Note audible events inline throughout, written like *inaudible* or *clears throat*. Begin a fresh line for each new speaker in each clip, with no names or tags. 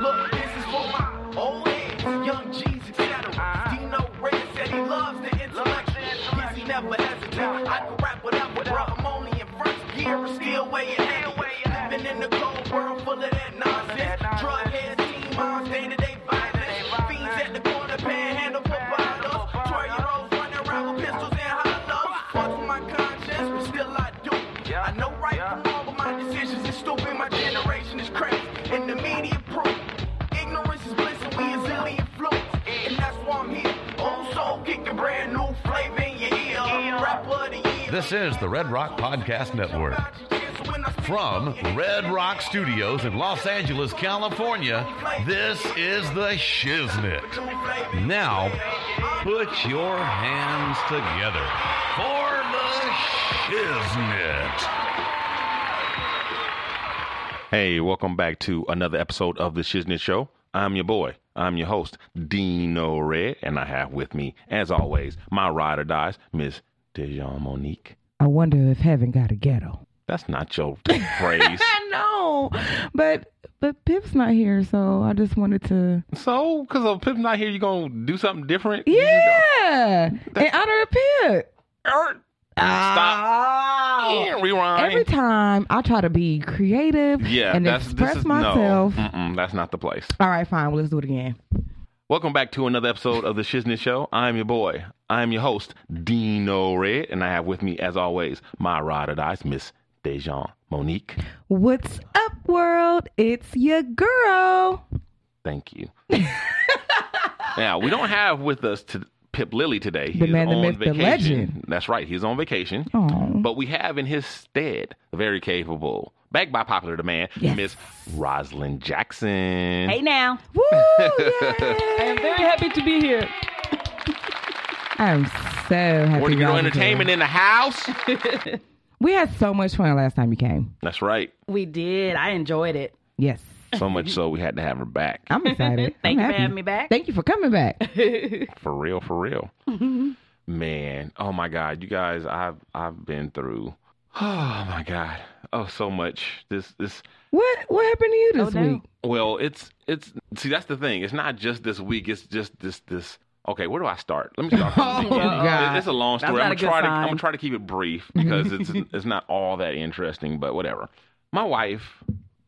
Look, this is for my old heads, young Jeezy settle. Dino Red said he loves the intellect. Yes, he never hesitates. I can rap whatever, bruh. I'm only in first gear, I'm still way ahead. Living in the cold world full of that nonsense. Drug heads, teen moms, day-to-day violence. Fiends at the corner, panhandle for bottles. Twelve-year-olds running around with pistols and hollows. Fuck with my conscience, but still I do. I know right from wrong, but my decisions is stupid. My generation is crazy, and the media proof. Ignorance is bliss, and we is illy influenced. And that's why I'm here. Old soul, kick the brand new flavor in your ear. Rapper of the year.
This is the Red Rock Podcast Network. From Red Rock Studios in Los Angeles, California, this is The Shiznit. Now, put your hands together for The Shiznit.
Hey, welcome back to another episode of the Shiznit Show. I'm your boy. I'm your host, Dino Red, and I have with me, as always, my ride or dies, Miss Dijon Monique.
I wonder if heaven got a ghetto.
That's not your phrase.
I know, but but Pip's not here, so I just wanted to.
so, because of Pip's not here, you gonna do something different? You
Yeah, in honor of Pip.
just gonna- Er, Stop. Yeah, rewind.
Every time I try to be creative
yeah,
and
that's
express
this is,
myself.
No, Mm-mm, that's not the place.
All right, fine. Well, let's do it again.
Welcome back to another episode of the Shiznit Show. I'm your boy. I'm your host, Dino Red, and I have with me, as always, my ride or dies, Miss Dejan Monique.
What's up, world? It's your girl.
Thank you. now we don't have with us to Pip Lilly today. He's
The man, the
on
myth, the
vacation.
legend.
That's right. He's on vacation.
Aw.
But we have in his stead the very capable, backed by popular demand,
Yes.
Miss Rosalind Jackson.
Hey now.
Woo!
*laughs*
I am very happy to be *laughs* here. I'm so happy.
Warner Girl
y'all are here.
Entertainment in the
*laughs*
house.
We had so much fun last time you came.
That's right.
We did. I enjoyed it.
Yes,
So much so we had to have her back.
I'm
*laughs*
excited. I'm
Thank you for
happy.
having me back.
Thank you for coming back.
For real, for
*laughs*
real. Man, oh my God, you guys, I've I've been through. *sighs* Oh my God, oh so much. This this
What what happened to you this
Oh, no.
week?
Well, it's it's see that's the thing. It's not just this week. It's just this this. Okay, where do I start? Let me start.
*laughs*
From the
Oh,
beginning.
God.
It- It's a long
That's
story.
not
I'm
a
gonna
good
try to
sign.
I'm gonna try to keep it brief because
*laughs*
it's it's not all that interesting, but whatever. My wife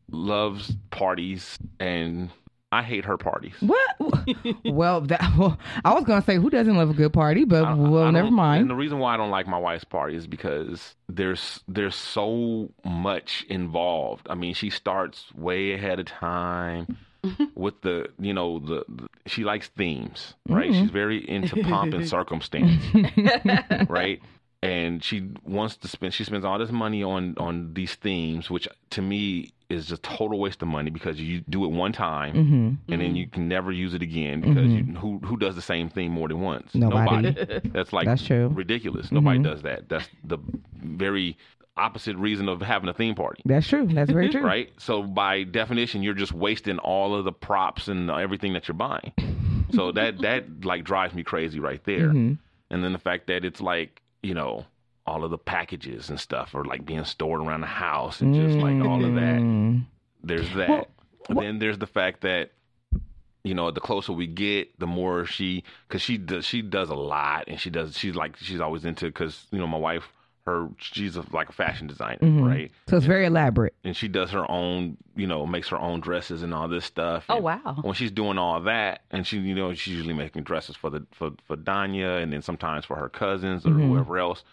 loves parties, and I hate her parties.
What?
*laughs*
well, that, well, I was gonna say who doesn't love a good party, but
I- I-
well,
I
never
don't- And
mind.
the reason why I don't like my wife's party is because there's there's so much involved. I mean, she starts way ahead of
*laughs*
time with the you know the, the- she likes themes, right?
Mm-hmm.
She's very into pomp
*laughs*
and circumstance, right? And she wants to spend she spends all this money on on these themes, which to me is a total waste of money because you do it one time
hmm
and then you can never use it again because you, who who does the same thing more than once?
Mm-hmm. Nobody.
*laughs* That's like
That's true. Mm-hmm.
ridiculous. Nobody does that. That's the very opposite reason of having a theme party.
That's true. That's very true.
Right? So by definition you're just wasting all of the props and everything that you're buying. so
*laughs*
that that like drives me crazy right there.
Mm-hmm.
And then the fact that it's like, you know, all of the packages and stuff are like being stored around the house and just like all of that
Mm.
there's that.
Well,
And then there's the fact that you know the closer we get, the more she because she does she does a lot and she does she's like she's always into because you know my wife her she's a, like a fashion designer
Mm-hmm.
right
So it's very elaborate.
and she does her own you know makes her own dresses and all this stuff.
Oh,
And
wow.
When she's doing all that and she you know she's usually making dresses for the for for Danya and then sometimes for her cousins or whoever else.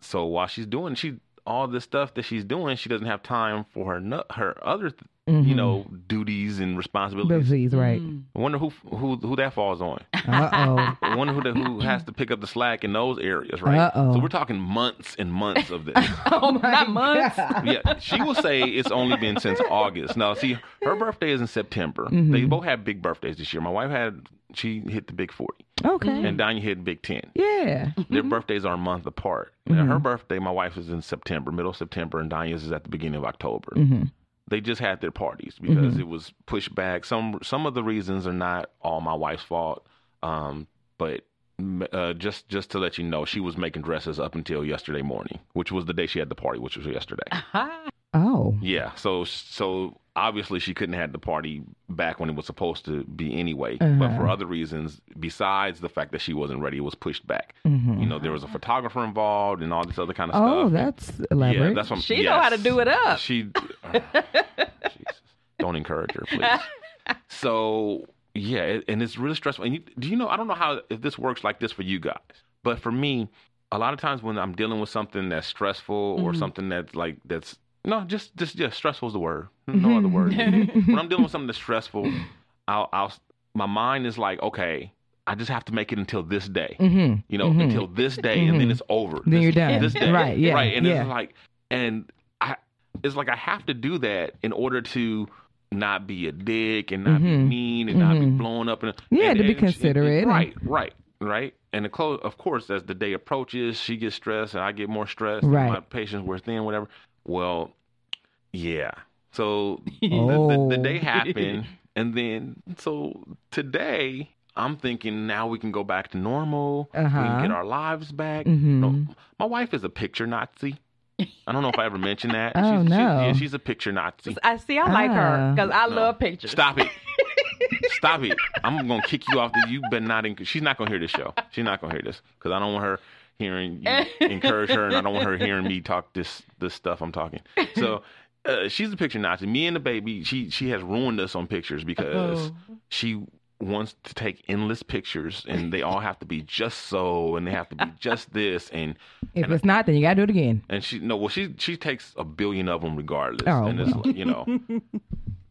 So while she's doing she all this stuff that she's doing, she doesn't have time for her nu- her other th-
Mm-hmm.
you know, duties and responsibilities.
Please, right.
I wonder who who who that falls on.
Mm. *laughs*
Uh
I wonder who the, who has to pick up the slack in those areas, right?
Uh-oh.
So we're talking months and months of this.
oh.
Not months.
yeah, she will say it's only been since August. Now, see, her birthday is in September. They both had big birthdays this year. My wife had she hit the big forty,
Mm.
Okay.
and Danya hit big ten.
Yeah.
Their birthdays are a month apart. Now, her birthday, my wife is in September, middle of September, and Danya's is at the beginning of October. They just had their parties because it was pushed back. Some some of the reasons are not all my wife's fault, um, but m- uh, just just to let you know, she was making dresses up until yesterday morning, which was the day she had the party, which was yesterday.
Oh.
Yeah. So so obviously she couldn't have the party back when it was supposed to be anyway. But for other reasons, besides the fact that she wasn't ready, it was pushed back. You know, there was a photographer involved and all this other kind of stuff.
Oh,
And-
that's
yeah,
elaborate.
that's what I'm,
She know how to
yes.
do it up.
She uh, Jesus. don't encourage her,
*laughs*
please. So yeah, it- and it's really stressful. And you, do you know? I don't know how if this works like this for you guys, but for me, a lot of times when I'm dealing with something that's stressful
Mm-hmm.
or something that's like that's no, just just yeah, stressful is the word.
Mm-hmm.
No
*laughs*
other word. when I'm dealing with something that's stressful, I'll, I'll my mind is like, okay, I just have to make it until this day
mm-hmm.
you know, until this day, and
Mm-hmm.
then it's over.
Then
This-
you're done.
This day,
Right, yeah,
Right. And
yeah.
it's like, and I, it's like I have to do that in order to not be a dick and not be mean and not be blown up. And
Mm-hmm. Yeah,
and-
to be
and- and-
considerate.
right. Right. Right. And the close, of course, as the day approaches, she gets stressed, and I get more stressed. and
Right.
My patience wears thin, whatever. Well, yeah. So
*laughs* Oh.
the, the, the
*laughs*
day happened, and then so today I'm thinking now we can go back to normal. We
Uh-huh.
can get our lives back.
Mhm.
No, my wife is a picture Nazi. I don't know if I ever mentioned that.
*laughs* Oh,
she's, she's-
no.
yeah, she's a picture Nazi.
I see. I like her
Ah.
because I love pictures.
Stop it. Stop it. I'm gonna kick you off. The, you better not. Enc- she's not gonna hear this show. She's not gonna hear this because I don't want her hearing
*laughs*
you encourage her, and I don't want her hearing me talk this this stuff I'm talking. So. Uh, she's a picture Nazi. Me and the baby, she she has ruined us on pictures
Oh.
because she wants to take endless pictures, and they all have to be just so, and they have to be just this, and
If it's not, then you gotta do it again.
and she no, well she she takes a billion of them regardless,
Oh,
and it's like, you know.
*laughs*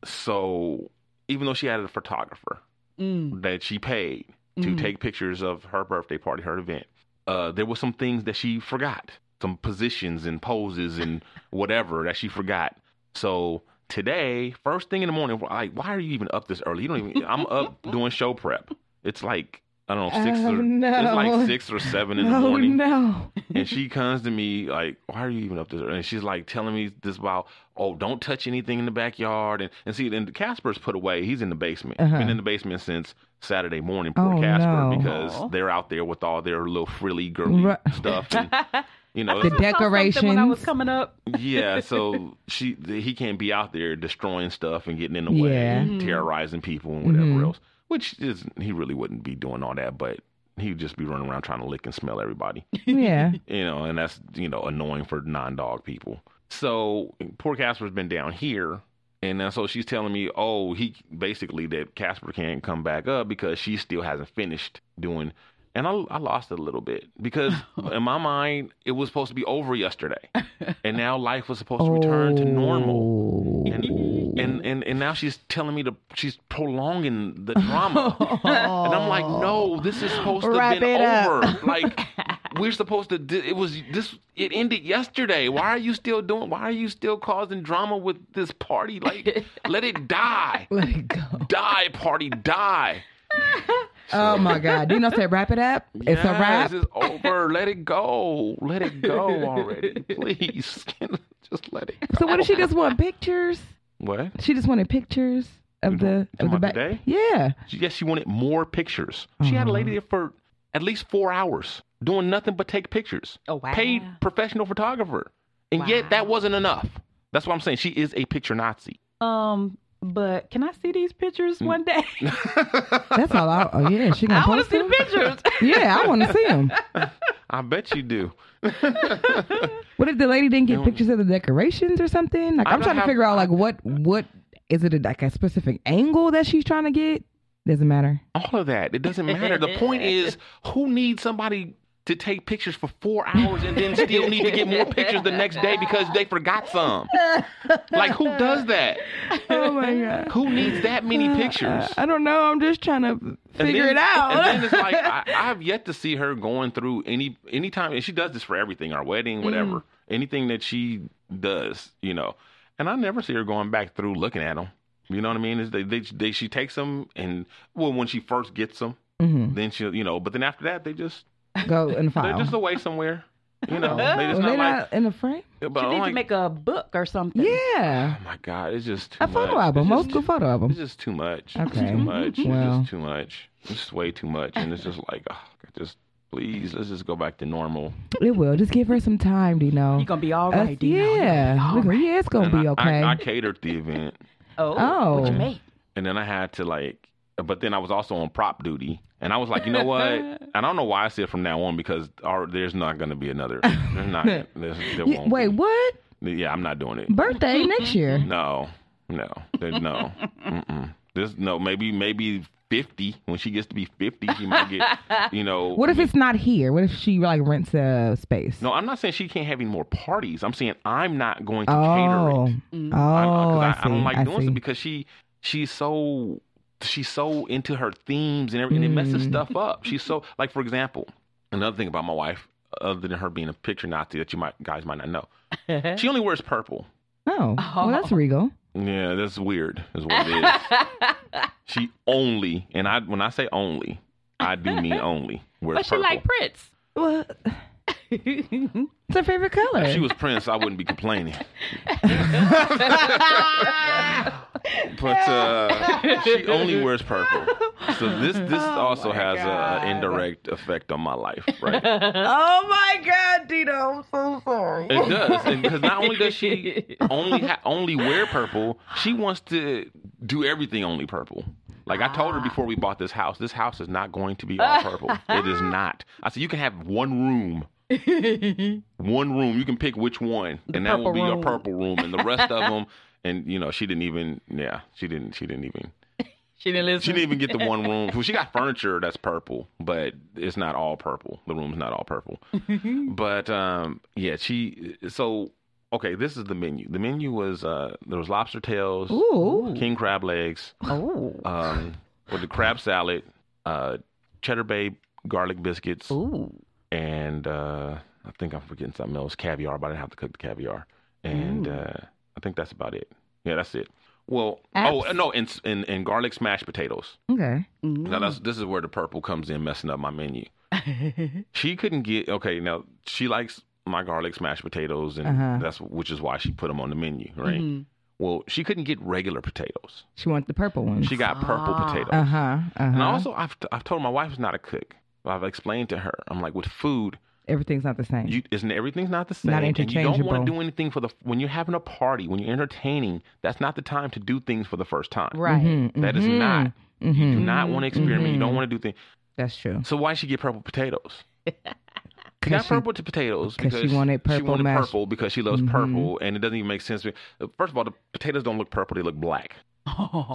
so even though she had a photographer
Mm.
that she paid to
Mm-hmm.
take pictures of her birthday party, her event, uh, there were some things that she forgot, some positions and poses
*laughs*
and whatever that she forgot. So today, first thing in the morning, we're like, why are you even up this early? You don't even. I'm
*laughs*
up doing show prep. It's like I don't know six
Oh,
or it's
no.
like six or seven in the
oh
morning
*laughs* no. *laughs*
and she comes to me like, "Why are you even up this?" early?" And she's like telling me this about, "Oh, don't touch anything in the backyard." And and see, then Casper's put away. He's in the basement.
Uh-huh.
Been in the basement since Saturday morning. Poor
Oh,
Casper,
no.
because they're out there with all their little frilly girly
Right.
stuff.
*laughs*
And, you know,
The
it's-
I saw something When I was
decorations.
coming up,
yeah. So she he can't be out there destroying stuff and getting in the way,
Yeah. Mm-hmm.
and terrorizing people and whatever else. Which is he really wouldn't be doing all that, but he'd just be running around trying to lick and smell everybody
*laughs*
Yeah.
you know, and that's you know annoying for non-dog people. So poor Casper's been down here, and uh, so she's telling me, oh, he basically that Casper can't come back up because she still hasn't finished doing. And I, I lost it a little bit because in my mind it was supposed to be over yesterday, and now life was supposed to return to normal.
Oh.
And, and and and now she's telling me to she's prolonging the
*laughs*
drama, and I'm like, no, this is supposed to
Wrap
have been
it up.
over.
*laughs*
Like we're supposed to. do- It was this. It ended yesterday. Why are you still doing? Why are you still causing drama with this party?
*laughs*
Like let it die,
Let it go.
die party, die.
Oh my God. Dino said, wrap
*laughs*
it up. It's a wrap.
Yes, It's over. Let it go. Let it go
*laughs*
already, please. just let it. Go.
So what did she just want? Pictures?
What?
She just wanted pictures of the
Talking
of the
about
back.
today?
Yeah.
Yes, she wanted more pictures. She had a
Mm-hmm.
lady there for at least four hours doing nothing but take pictures.
Oh, wow.
Paid professional photographer. And yet that wasn't enough. That's what I'm saying. She is a picture Nazi.
um, but can I see these pictures one day?
That's all. I, oh yeah. She gonna
*laughs* I want to
post
see
them.
the pictures.
Yeah, I want to see
*laughs*
them.
I bet you *laughs* do.
What if the lady didn't get pictures of the decorations or something? Like
I
I'm
don't
trying
have-
to figure out like what what is it a, like a specific angle that she's trying to get? Doesn't matter.
*laughs*
All of that. It doesn't matter. the point is who needs somebody to to take pictures for four hours and then still need to get more pictures the next day because they forgot some. Like, who does that?
Oh my god.
Who needs that many pictures?
I don't know. I'm just trying to
And
figure
then-
it out.
And then it's
*laughs*
like I, I've yet to see her going through any anytime, and she does this for everything, our
Mm-hmm.
wedding, whatever, anything that she does, you know. And I never see her going back through looking at them. You know what I mean? Is they, they, they she takes them, and well, when she first gets them,
Mhm.
then she, will you know. But then after that, they just
*laughs* Go
they're
and file.
just away somewhere. You know, they
Were
just
Oh.
not
they
like.
not in the frame?
But
You
I'm
need to
like,
make a book or something.
Yeah.
oh my god, it's just too
A photo
much.
album,
It's
old
just-
school photo
It's
album.
just too much.
Okay.
It's too much. It's
Well.
just too much. It's just way too much. And it's just like, oh, just please, let's just go back to normal.
It will. Just give her some time, Dino.
You're gonna be all
Us-
right, Dino. You're gonna
yeah.
be all
Look,
right.
Yeah, it's gonna
And
be
I-
okay.
I, I, catered the event,
Oh,
Oh.
what you make?
and then I had to like, but then I was also on prop duty, and I was like, you know
*laughs*
what? And I don't know why I said from now on because our, there's not going to be another. There's
*laughs*
not. There's, there
You-
won't
wait,
be.
what?
Yeah, I'm not doing it.
Birthday next year.
No, no, there's no. Mm-mm. There's no. Maybe maybe fifty. When she gets to be fifty, she might get. You
*laughs*
know.
What if it's not here? What if she like rents a space?
No, I'm not saying she can't have any more parties. I'm saying I'm not going to
Oh,
cater it.
oh,
I'm, uh,
I,
I,
see.
I don't like
I
doing
see.
it because she she's so she's so into her themes and everything. and It messes
Mm.
stuff up. She's so like for example, another thing about my wife, other than her being a picture Nazi that you might guys might not
*laughs*
know, she only wears purple.
Oh, well, that's regal.
Yeah, that's weird. Is what it is.
*laughs*
she only, and I when I say only, I do mean only. Wears
But she
purple.
like Prince.
Well, it's her favorite color.
If she was Prince, I wouldn't be complaining. but uh, she only wears purple, so this this also has a- an indirect effect on my life, right?
oh my God, Dino, I'm so sorry.
It does, and because not only
*laughs*
does she only ha- only wear purple, she wants to do everything only purple. Like I told her
Ah.
before we bought this house, this house is not going to be
*laughs*
all purple. It is not. I said you can have one room.
*laughs*
one room. You can pick which one, and that will
purple
be your
room.
purple room, and the rest of
*laughs*
them. And you know, she didn't even. Yeah, she didn't. She didn't even.
She didn't
She
listen.
didn't even get the
*laughs*
one room. Well, she got furniture that's purple, but it's not all purple. The room's not all purple. but um, yeah, she. So okay, this is the menu. The menu was uh, there was lobster tails,
Ooh.
king crab legs,
Oh,
um, with the crab salad, uh, cheddar bay garlic biscuits,
ooh,
and uh, I think I'm forgetting something else. Caviar, but I didn't have to cook the caviar, and uh, I think that's about it. Yeah, that's it. Well, oh no, and, and and garlic smashed potatoes.
Okay.
Now that's,
Mm.
this is where the purple comes in, messing up my menu. she couldn't get okay. Now she likes my garlic smashed potatoes, and
Uh-huh. Mm-hmm.
that's which is why she put them on the menu, right? Well, she couldn't get regular potatoes.
She wants the purple one.
She got purple potatoes.
Uh huh. Uh
And
huh.
also, I've I've told her my wife is not a cook. I've explained to her. I'm like, with food,
Everything's not the same.
you, isn't everything's not the same.
Not
And you don't want
interchangeable.
to do anything for the when you're having a party, when you're entertaining. That's not the time to do things for the first time.
right.
Mm-hmm,
That is not. You do not want to experiment. You
mhm.
don't want to do things.
That's true.
So why did she get purple
*laughs*
potatoes? She got
she-
purple to potatoes
'cause
because
she wanted
She
purple
wanted
mashed- Mm-hmm.
purple because she loves purple, and it doesn't even make sense. to me. First of all, the potatoes don't look purple; they look
*laughs*
black.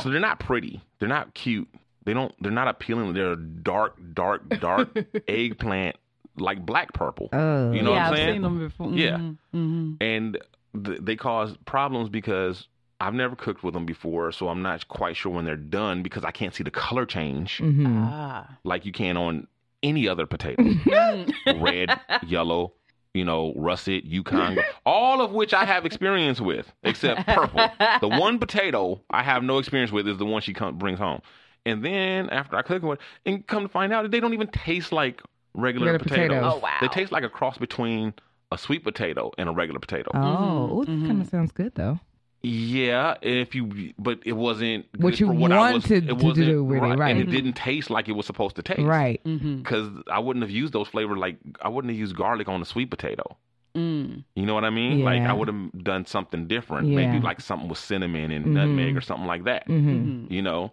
So they're not pretty. They're not cute. They don't. They're not appealing. They're dark, dark, dark
*laughs*
eggplant, like black purple.
Oh.
You know
yeah,
what I'm
I've
saying?
seen them before.
Yeah.
hmm
and th- they cause problems because I've never cooked with them before, so I'm not quite sure when they're done because I can't see the color change
hmm
Ah,
like you can on any other potato.
Mm-hmm.
*laughs* Red, yellow, you know, russet, Yukon, all of which I have experience with, except purple. The one potato I have no experience with is the one she come, brings home. And then after I cook it, and come to find out that they don't even taste like regular,
Regular
potatoes.
potatoes.
Oh, wow.
They taste like a cross between a sweet potato and a regular potato.
Oh, ooh, that kind of sounds good though.
Yeah, if you, but it wasn't
What
good
you
for what I was-
wanted
it
to
wasn't-
do with it, right.
And it didn't taste like it was supposed to taste,
Right.
mm-hmm.
Because I wouldn't have used those flavors. Like I wouldn't have used garlic on a sweet potato.
Mm.
You know what I mean? Like
Yeah.
I would have done something different.
Yeah.
Maybe like something with cinnamon and nutmeg or something like that.
Mm-hmm.
You know,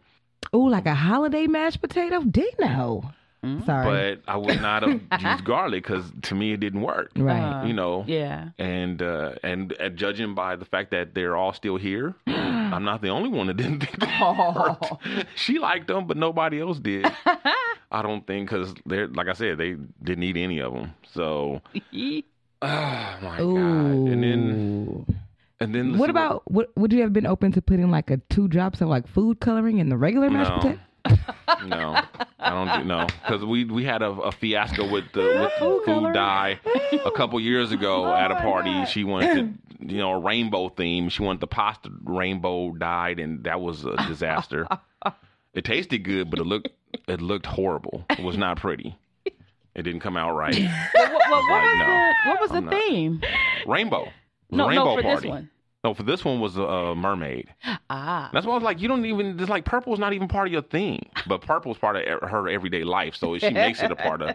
Ooh, like a holiday mashed potato. Dino. Sorry.
Mm-hmm. but I would not have
*laughs*
used garlic because to me it didn't work.
right.
You know,
Uh, Yeah.
and uh, and uh, judging by the fact that they're all still
*gasps*
here,
Oh.
*laughs*
*laughs*
I'm not the only one that didn't think they worked. She liked them, but nobody else did. I don't think because they're like I said, they didn't eat any of them. So,
*laughs*
*sighs* oh my god! And then
Ooh.
and then let's
what
see
about would, would you have been open to putting like a two drops of like food coloring in the regular mashed
No.
potato?
No, I don't do no because we we had a, a fiasco with the with food dye a couple
*laughs*
years ago
Oh
at a party. She wanted to, you know a rainbow theme. She wanted the pasta rainbow dyed, and that was a
*laughs*
disaster. it tasted good, but it looked it looked horrible. It was not pretty. It didn't come out
*laughs*
right.
Well, what, what,
Right,
was
no.
the, what was the
I'm not.
theme?
Rainbow.
No,
rainbow
no, for
party.
this one.
No, for this one was a uh, mermaid.
Ah.
That's why I was like, you don't even. It's like purple is not even part of your thing, but purple's part of e- her everyday life, so she makes it a part of.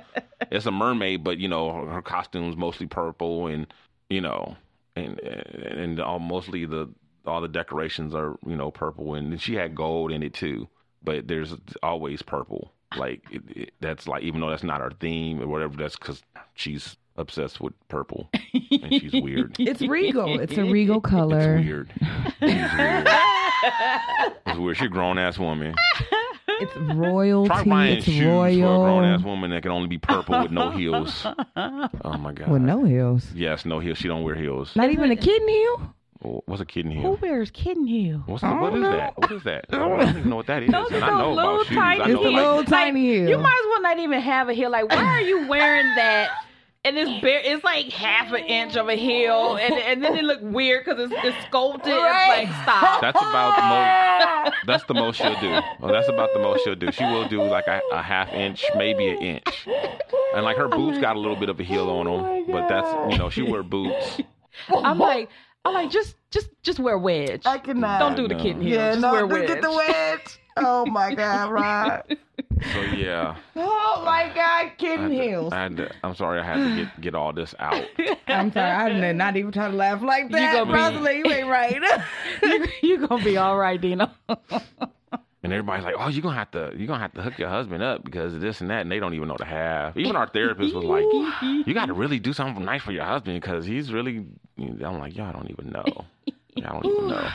It's a mermaid, but you know her, her costume's mostly purple, and you know, and and, and all, mostly the all the decorations are you know purple, and she had gold in it too, but there's always purple. Like it, it, that's like even though that's not her theme or whatever, that's because she's obsessed with purple and
*laughs*
she's weird.
It's regal. It's a regal color.
*laughs* It's weird. It's weird. It's weird. She's a grown ass woman.
It's royalty.
Try buying
it's
shoes for a
royal.
grown ass woman that can only be purple with no heels. Oh my god.
With no heels.
Yes, no heels. She don't wear heels.
Not even a kitten heel.
Oh, What's a kitten
Who
heel?
wears kitten heel?
What's the, what is that? What is that? Oh, I don't even know what that is.
Those
and
are
I know
those little
about shoes.
tiny
I
It's
know
a little
like
tiny heel.
You might as well not even have a heel. Like, why are you wearing that? And it's bare, it's like half an inch of a heel, and and then it look weird because it's, it's sculpted. It's like stop.
that's about the most. That's the most she'll do. Oh, that's about the most she'll do. She will do like a, a half inch, maybe an inch, and like her boots got a little bit of a heel on them. But that's you know she wear boots.
*laughs* I'm like, I'm like, just just just wear wedge.
I cannot.
Don't do the
no.
kitten heel.
Yeah,
just
no,
wear
do
wedge.
get the wedge. Oh my God,
*laughs*
Rod.
So yeah.
Oh my God,
I had
kitten
to-
heels.
I had to, I'm sorry, I had to get, get all this out.
I'm sorry. I did not even try to laugh like that.
gonna be- *laughs*
Rosalie, you ain't right.
You're gonna be all right, Dino.
And everybody's like, "Oh, you're gonna have to, you're gonna have to hook your husband up because of this and that," and they don't even know to have. Even our therapist was like, "You got to really do something nice for your husband because he's really." I'm like, "Y'all don't even know. Y'all don't even know."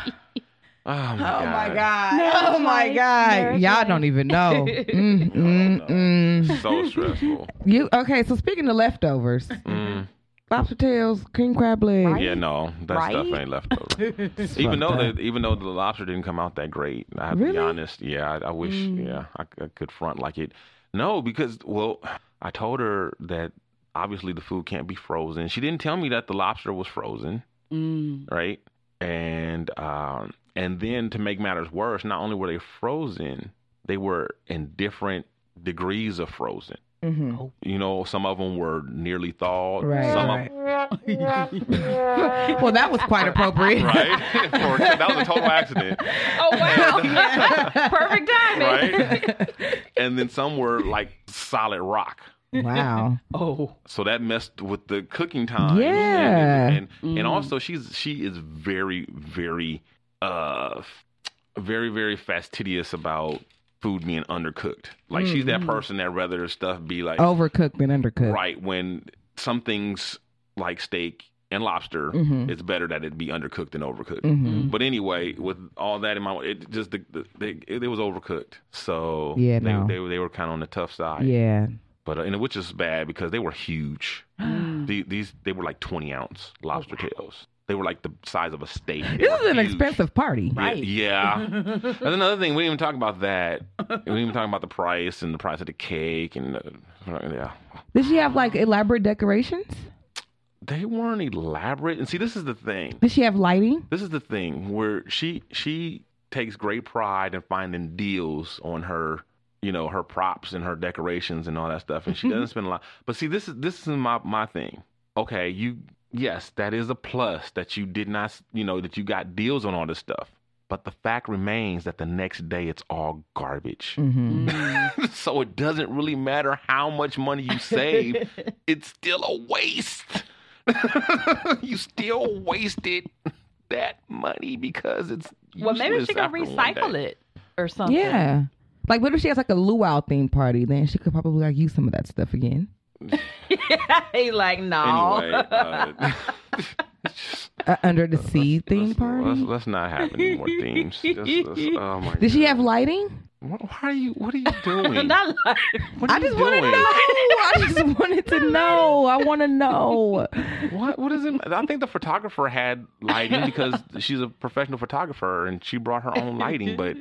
Oh
*laughs*
my
Oh
god.
my God. oh my God.
Y'all don't even know. Mm, mm, mm.
So stressful.
You okay? So speaking of leftovers,
Mm.
lobster tails, cream crab legs.
Yeah, no, that stuff
Right?
ain't left over. even though the even though the lobster didn't come out that great, I have to
Really?
be honest. Yeah, I, I wish. Yeah, I, I could front like it. No, because well, I told her that obviously the food can't be frozen. She didn't tell me that the lobster was frozen, right? And um, and then to make matters worse, not only were they frozen, they were in different degrees of frozen.
Mm-hmm.
You know, some of them were nearly thawed.
Right.
Some of,
right. *laughs* well, that was quite appropriate.
right? *laughs* *laughs* For- that was a total accident,
Oh wow, *laughs* perfect timing.
right? and then some were like solid rock.
*laughs* Wow.
So that messed with the cooking time.
Yeah.
And and, and also she's she is very very uh f- very very fastidious about food being undercooked. Like she's that person that rather stuff be like
Overcooked than undercooked.
right when some things like steak and lobster it's better that it be undercooked than overcooked
Mm-hmm.
but anyway with all that in my it just the, the, they, it, was overcooked so
Yeah,
they,
no.
they, they were kind of on the tough side
Yeah.
but uh, and which is bad because they were
*gasps*
huge
Mm.
The- these they were like 20 ounce lobster tails they were like the size of a steak They
Oh, This
were
is an
huge.
expensive party.
Yeah, *laughs* Yeah. That's another thing. We didn't even talk about that. We didn't even talk about the price and the price of the cake and uh, yeah.
Did she have like elaborate decorations?
they weren't elaborate. And see, this is the thing.
Did she have lighting?
This is the thing where she she takes great pride in finding deals on her, you know, her props and her decorations and all that stuff. And she doesn't spend a lot. But see, this is this is my my thing. Okay, you yes, that is a plus that you did not, you know, that you got deals on all this stuff. But the fact remains that the next day it's all garbage.
Mm-hmm.
*laughs* so it doesn't really matter how much money
*laughs*
you save, it's still a waste. *laughs* you still wasted that money because it's
Well, maybe
useless
she can
after one
recycle
day.
it or something. *laughs*
Yeah. Like, what if she has like a luau theme party? Then she could probably like use some of that stuff again.
he like no.
Anyway, uh,
Uh, under the sea theme
let's,
*laughs*
party.
let's not have any more themes. Just- let's- oh my
Did she
God.
have lighting?
Why are you? What are you doing?
*laughs* Not like
What are
I
you
just want to
doing?
know.
*laughs*
I just wanted to know. I want to know.
What? What is it? I think the photographer had lighting
*laughs*
because she's a professional photographer and she brought her own lighting.
*laughs*
But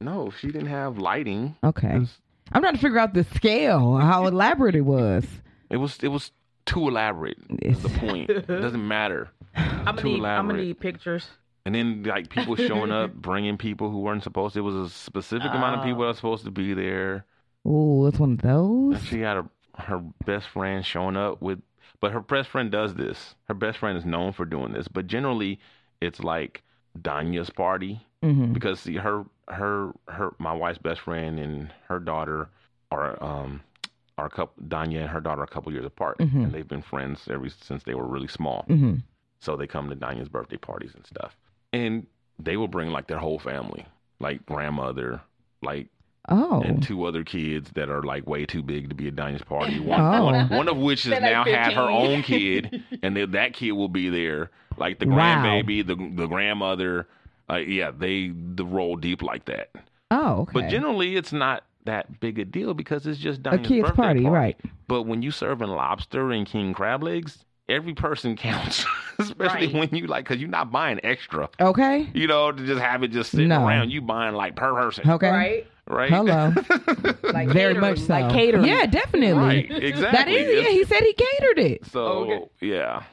no, she didn't have lighting.
Okay.
It's-
I'm trying to figure out the scale, how elaborate it was.
It was it was too elaborate. Is
*laughs*
the point? It doesn't matter.
I'm gonna
Too
need. I'm gonna
elaborate.
need pictures.
And then like people showing
*laughs*
up, bringing people who weren't supposed. to. It was a specific amount of
Oh.
people that was supposed to be there.
Ooh, it's one of those.
And she had her her best friend showing up with, but her best friend does this. Her best friend is known for doing this, but generally it's like Danya's party
Mm-hmm.
because see her her her my wife's best friend and her daughter are um are a couple Danya and her daughter are a couple years apart,
Mhm.
and they've been friends ever since they were really small.
Mm-hmm.
So they come to Danya's birthday parties and stuff. And they will bring like their whole family, like grandmother, like
Oh.
and two other kids that are like way too big to be at Danya's party. One,
Oh. *laughs*
one- one of which has
They're
now
like
had her
15.
own kid, and then that kid will be there, like the
Wow.
grandbaby, the the grandmother. Uh, yeah, they the roll deep like that.
Oh, okay.
But generally, it's not that big a deal because it's just
a
Danya's
kid's
birthday
party, right?
but when you serving lobster and king crab legs, every person *laughs* counts, especially
Right.
when you like, because you're not buying extra.
Okay.
You know, to just have it just sitting
No.
around, you buying like per person,
Okay.
Right?
right? *laughs*
Hello.
Like
Very
catering,
much so.
Like catering.
Yeah, definitely.
right, exactly.
That is. Yeah,
It's-
he said he catered it.
so
Okay.
yeah,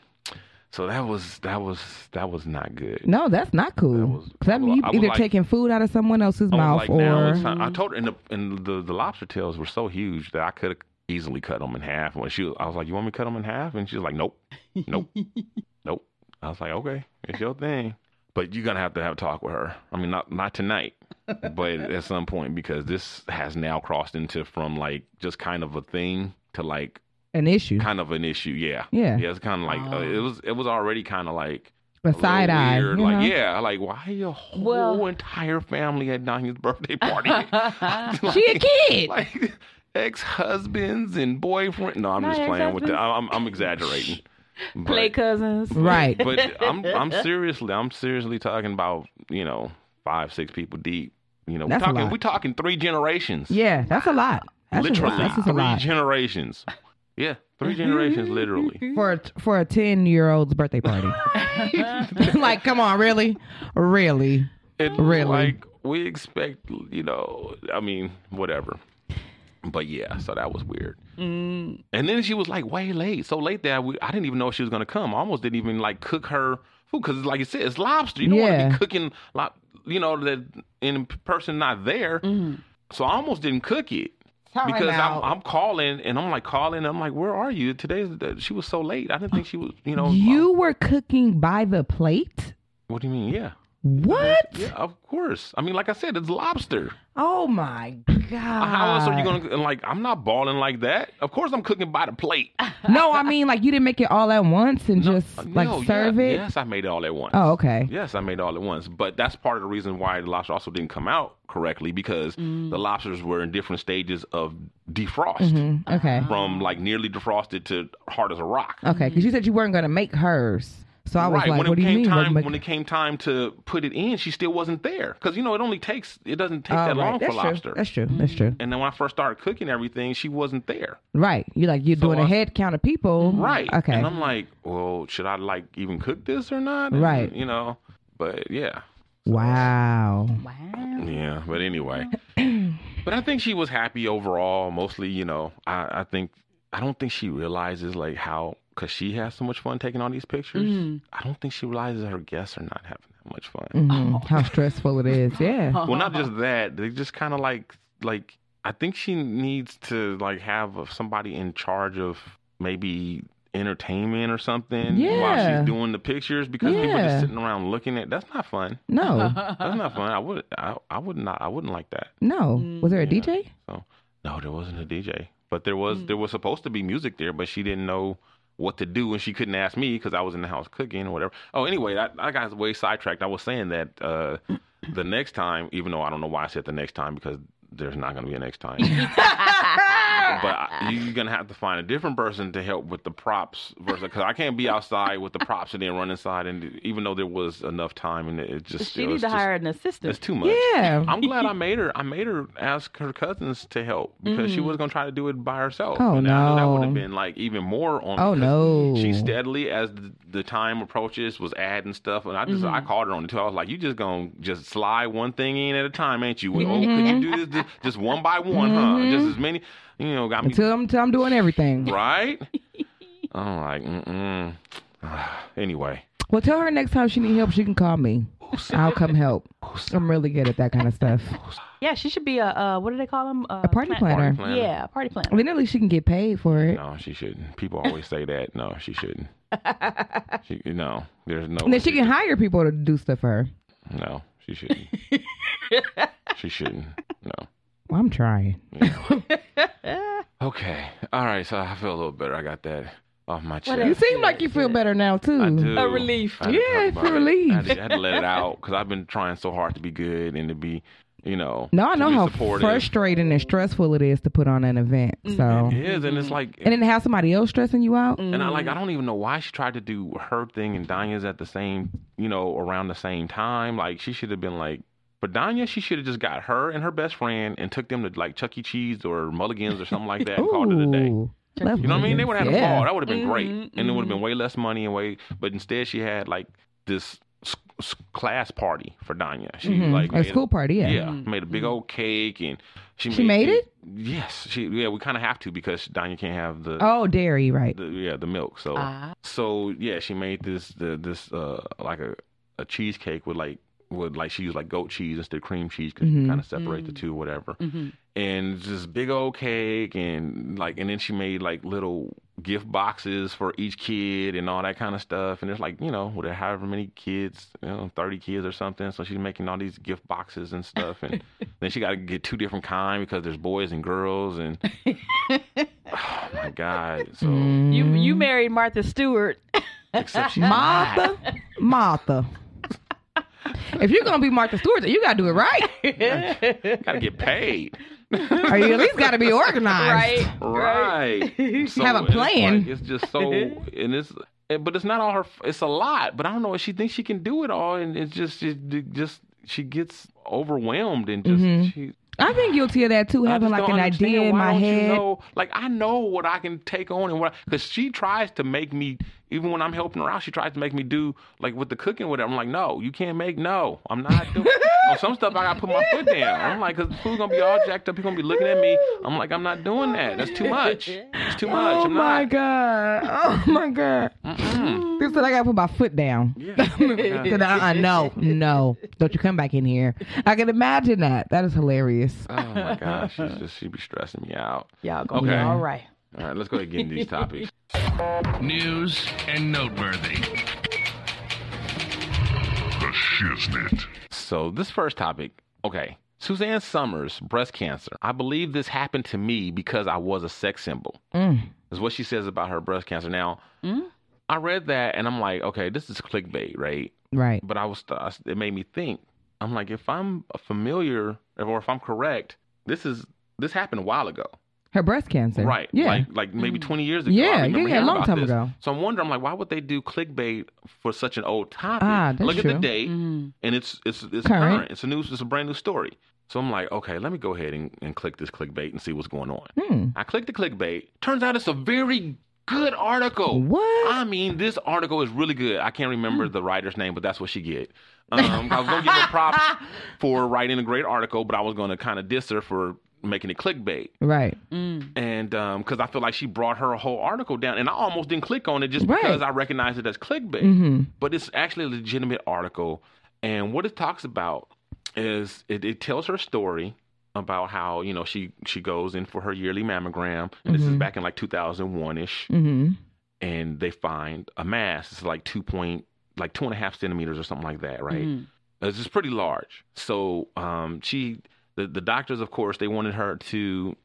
so that was that was that was not good.
No, that's not
That
cool.
was-
'Cause I mean, you
I was
either
like-
taking food out of someone else's
I
mouth
was Oh, like, now
or
it's time. I told her, and the and the, the lobster tails were so huge that I could have easily cut them in half. When she, was, I was like, "You want me to cut them in half?" And she was like, "Nope,
*laughs*
nope, nope." I was like, "Okay, it's your thing, but you're gonna have to have a talk with her. I mean, not not tonight,
*laughs*
but at some point because this has now crossed into from like just kind of a thing to like
an issue,
kind of an issue. Yeah,
Yeah. Um.
yeah. It's kind of like uh, it was it was already kind of like
a
a little
side eye.
weird,
you
like,
know?
yeah, like why your whole
Well-
entire family at Danya's
*laughs*
birthday party? *laughs* Like-
She a kid.
Like ex husbands and boyfriend. No, I'm
Not
just playing with that.
ex-husbands.
I'm
*laughs*
I'm exaggerating. But,
Play cousins.
*laughs*
Right.
but
*laughs*
I'm I'm seriously I'm seriously talking about you know five six people deep. You know,
That's a
we're talking
lot.
we're talking three generations.
yeah, that's a lot. That's just a-
literally
that's just a
three
lot
generations. Yeah,
*laughs*
three generations literally.
for a, for a ten year old's birthday party. *laughs* like, come on, really, really.
And
Really?
like we expect, you know, I mean, whatever. But yeah, so that was weird.
Mm.
And then she was like way late, so late that we, I didn't even know she was gonna come. I almost didn't even like cook her food because, like you said, it's lobster. You don't want
Yeah.
to be cooking, lo- you know, that in person not there.
Mm-hmm.
So I almost didn't cook it because I'm, I'm calling and I'm like calling. I'm like, where are you? Today's the- she was so late. I didn't think she was, you know.
you were cooking by the plate.
what do you mean? Yeah,
What?
yeah, of course. I mean, like I said, it's lobster.
Oh my god!
How else are Oh, you gonna and like? I'm not balling like that. Of course, I'm cooking by the plate.
No, I mean like you didn't make it all at once and just like
No, yeah,
serve it.
Yes, I made it all at once.
Oh, okay.
Yes, I made it all at once. But that's part of the reason why the lobster also didn't come out correctly because the lobsters were in different stages of defrost,
Mhm, Okay.
from like nearly defrosted to hard as a rock.
Okay, because you said you weren't gonna make hers, so I was
right
like,
when
"What
it
do you
came
mean?"
time
wasn't
when
make-
it came time to put it in, she still wasn't there because you know it only takes it doesn't take
Oh,
that
right.
long
That's
for
true.
lobster. Mm-hmm.
That's true. That's true.
And then when I first started cooking everything, she wasn't there.
Right. You're like you're
So
doing
I-
a head count of people.
Right.
Okay.
And I'm like, well, should I like even cook this or not? And,
Right.
You know, but yeah. Oh
wow.
Yeah. But
*clears throat*
anyway. but I think she was happy overall. Mostly, you know, I, I think, I don't think she realizes like how, because she has so much fun taking all these pictures.
Mm-hmm.
I don't think she realizes her guests are not having that much fun.
Mhm. How stressful
*laughs*
it is. Yeah.
Well, not just that. They just kind of like, like, I think she needs to like have a- somebody in charge of maybe entertainment or something while
Yeah.
she's doing the pictures because people
Yeah.
just sitting around looking at that's not fun.
No.
That's
*laughs*
not fun. I would I, I would not I wouldn't like that.
No. Was there a
Yeah.
DJ?
So no, there wasn't a DJ. But there was
Mm.
there was supposed to be music there, but she didn't know what to do and she couldn't ask me because I was in the house cooking or whatever. Oh, anyway, I, I got way sidetracked. I was saying that
*coughs*
uh,
*laughs*
the next time, even though I don't know why I said the next time because there's not going to be a next time. *laughs* but I, you're gonna have to find a different person to help with the props versus because I can't be outside with the props and then run inside. And even though there was enough time, and it, it just
She
it
need
was
to
just-
hire an assistant.
It's too much.
Yeah.
I'm
*laughs*
glad I made her. I made her ask her cousins to help because she was gonna try to do it by herself.
Mm. Oh,
And I knew That
no.
would have been like even more on.
Oh,
because
no.
She steadily, as the, the time approaches, was adding stuff, and I just
Mm-hmm.
I called her on it too. I was like, "You just gonna just slide one thing in at a time, ain't you? Oh, could you do this
Mm-hmm.
this- just one by one, huh? Just as many, you know, got me
Until I'm, until I'm doing
*laughs*
everything. *laughs*
right." I'm like, mm mm. *sighs* anyway.
Well, tell her next time she need help, she can call me. I'll come help. I'm really good at that kind of stuff.
Yeah, she should be a uh, what do they call them?
A party planner.
planner.
Yeah, a party planner.
I mean, at least she can get paid for it.
No, she shouldn't. People always say that. No, she
*laughs*
shouldn't. she, no, there's no.
And then she can hire people to do stuff for her.
No, she
*laughs*
shouldn't. she shouldn't. No.
Well, I'm trying.
Okay. All right. So I feel a little better. I got that off my chest.
You seem like you feel better now, too.
I do.
A relief.
I had to
Yeah,
talk
it's a
about it.
relief.
I had, to, I had to let it out because I've been trying so hard to be good and to be, you know.
No, I
to
know
be
how
supportive.
frustrating and stressful it is to put on an event.
Mm-hmm.
So,
it is, and it's like,
and then have somebody else stressing you out.
And I like I don't even know why she tried to do her thing and Danya's at the same, you know, around the same time. Like she should have been like for Danya, she should have just got her and her best friend and took them to like Chuck E. Cheese or Mulligan's or something like that and called it a day.
Ooh, lovely.
You know what I mean? They would have had a
Mm-hmm. Yeah. Mm-hmm.
ball. That would have been great, and it would have been way less money and way. But instead, she had like this s- s- class party for Danya. She
Mhm.
like
a
made
school party. Yeah. Mm-hmm.
yeah, made a big old cake, and she
She made
the-
it?
Yes, she yeah. We kind of have to because Danya can't have the
Oh, Ah. dairy, right?
*laughs* the, yeah the milk. So
Uh,
so yeah, she made this the this uh like a a cheesecake with like with like she used like goat cheese instead of cream cheese because you kind of separate the two whatever. And it's this big old cake and like and then she made like little gift boxes for each kid and all that kind of stuff. And there's like you know with however many kids, you know thirty kids or something. So she's making all these gift boxes and stuff. And then she got to get two different kind because there's boys and girls and. Oh my god! So
Mm.
Mm.
You you married Martha Stewart.
except she
Martha, Martha. if you're gonna be Martha Stewart, then you gotta do
*laughs*
it right,
gotta get
*laughs*
paid.
or you at least gotta be organized.
Right.
Right.
*laughs*
So
Have a
it's
plan.
like- It's, just
*laughs*
so, and it's, and- but it's not all her. f- It's a lot. But I don't know. She thinks she can do it all, and it's just, it, it just she gets overwhelmed and just
Mm-hmm.
she.
I've been guilty of that too,
I
having
just
like
don't
an
understand
idea in
why
my
don't You
head.
know, like I know what I can take on and what because she tries to make me even when I'm helping her out, she tries to make me do like with the cooking whatever. I'm like, no, you can't make no. I'm not
*laughs*
doing on some stuff. I gotta put my foot down. I'm like, cause the food's gonna be all jacked up. People gonna be looking at me. I'm like, I'm not doing that. That's too much. It's too much.
Oh
I'm
my
not.
god! Oh my god! This is like I gotta put my foot down. *laughs*
Yeah.
Said, uh-uh, no, no, don't you come back in here. I can imagine that. That is hilarious.
*laughs* oh my gosh, she's just she be stressing me out.
Y'all gonna be
Okay.
all right.
All right, let's go ahead and get into these topics.
News and noteworthy.
The Shiznit.
So this first topic, okay. Suzanne Summers, breast cancer. I believe this happened to me because I was a sex symbol.
Mm.
Is what she says about her breast cancer. Now, I read that and I'm like, okay, this is clickbait, right?
Right.
But I was, I- it made me think. I'm like, if I'm familiar or if I'm correct, this is this happened a while ago,
Her breast cancer.
right?
Yeah.
Like, like
Mm.
maybe 20 years ago. I
Yeah,
remember
yeah, yeah, a
hearing
long
about
time
this.
ago.
So I'm wondering, I'm like, why would they do clickbait for such an old topic?
Ah, that's
Look at the
true. Mm-hmm.
date and it's it's it's current.
Current.
It's a new it's a brand new story. So I'm like, okay, let me go ahead and, and click this clickbait and see what's going on.
Hmm.
I click the clickbait. Turns out it's a very good article.
What?
I mean, this article is really good. I can't remember the writer's name, but that's what she get. Um, I was gonna give her props for writing a great article, but I was gonna kind of diss her for making it clickbait
right.
and um because i feel like she brought her whole article down and i almost didn't click on it just
Right. Mm. Mm-hmm.
because i recognized it as clickbait but it's actually a legitimate article and what it talks about is it, it tells her story about how you know she she goes in for her yearly mammogram and this is back in like 2001ish
Mm-hmm.
and they find a mass it's like two point like two and a half centimeters or something like that right it's just pretty large so um she the, the doctors of course they wanted her to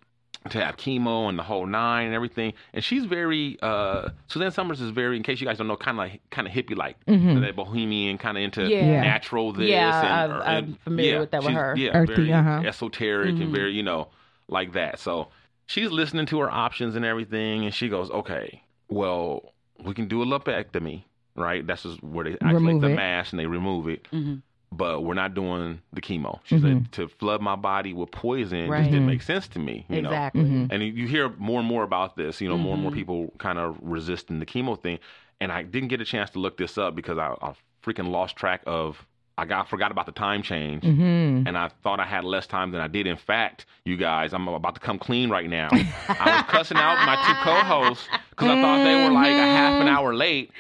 to have chemo and the whole nine and everything and she's very uh suzanne summers is very in case you guys don't know kind of kind of hippie like that bohemian kind of into
Yeah.
natural this
Yeah,
and,
er,
I've- I'm familiar with that with
she's-
her. Mm-hmm.
yeah
Earthy,
very
uh-huh.
esoteric and very you know like that so
she's listening to her options and everything, and she goes, "Okay, well, we can do a lumpectomy, right? That's just where they isolate
Remove
the
it.
mass and they remove it,
Mm-hmm.
Mhm.
but we're not doing the chemo." She
Mm-hmm.
said, "To flood my body with poison
Right.
just didn't make sense to me, you know."
exactly.
Mm-hmm.
And you hear more and more about this, you know, more and more people kind of resisting the chemo thing. And I didn't get a chance to look this up because I, I freaking lost track of. I got forgot about the time change, and I thought I had less time than I did. In fact, you guys, I'm about to come clean right now. I was cussing out my two co-hosts because I thought they were like a half an hour late,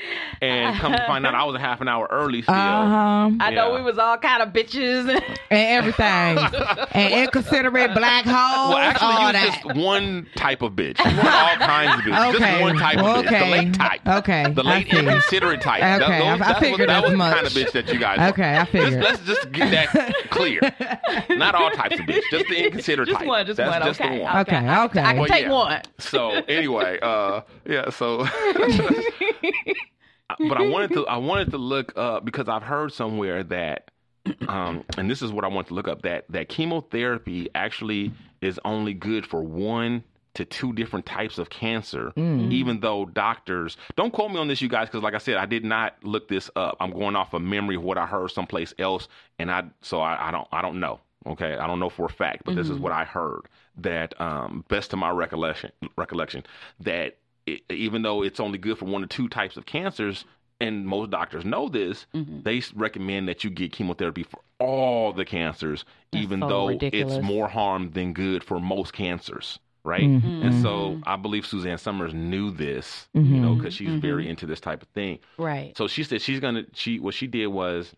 and come to find out I was a half an hour early still.
Uh huh.
I know
Yeah.
we was all kind of
*laughs*
bitches.
*laughs*
And everything. and inconsiderate black holes.
Well, actually,
all
you
that.
was just one type of bitch. You were all kinds of bitch. Just
Okay.
one type of bitch. The
Okay.
late type.
Okay.
The late
I see.
inconsiderate type. That-
Okay. I- I
those- that's what,
figured
that
as
was the
much.
kind of bitch that you guys were.
Okay, I figured.
Let's just get that clear. Not all types of bitch. Just the inconsiderate
Just
type.
one, just
That's
one,
Just
okay.
the one.
Okay, okay.
I can
Well,
take
yeah.
one.
So anyway, uh, yeah. So, *laughs* but I wanted to I wanted to look up because I've heard somewhere that, um, and this is what I want to look up that that chemotherapy actually is only good for one to two different types of cancer. Even though doctors don't quote me on this, you guys, because like I said, I did not look this up. I'm going off of memory of what I heard someplace else, and I so I, I don't I don't know. Okay, I don't know for a fact, but this is what I heard that um, best to my recollection recollection that it, even though it's only good for one or two types of cancers and most doctors know this they s- recommend that you get chemotherapy for all the cancers even
so
though
ridiculous.
it's more harm than good for most cancers right
Mm-hmm.
and so
Mm-hmm.
i believe suzanne summers knew this you
Mm-hmm.
know because she's very
Mm-hmm.
into this type of thing
Right.
so she said she's gonna she what she did was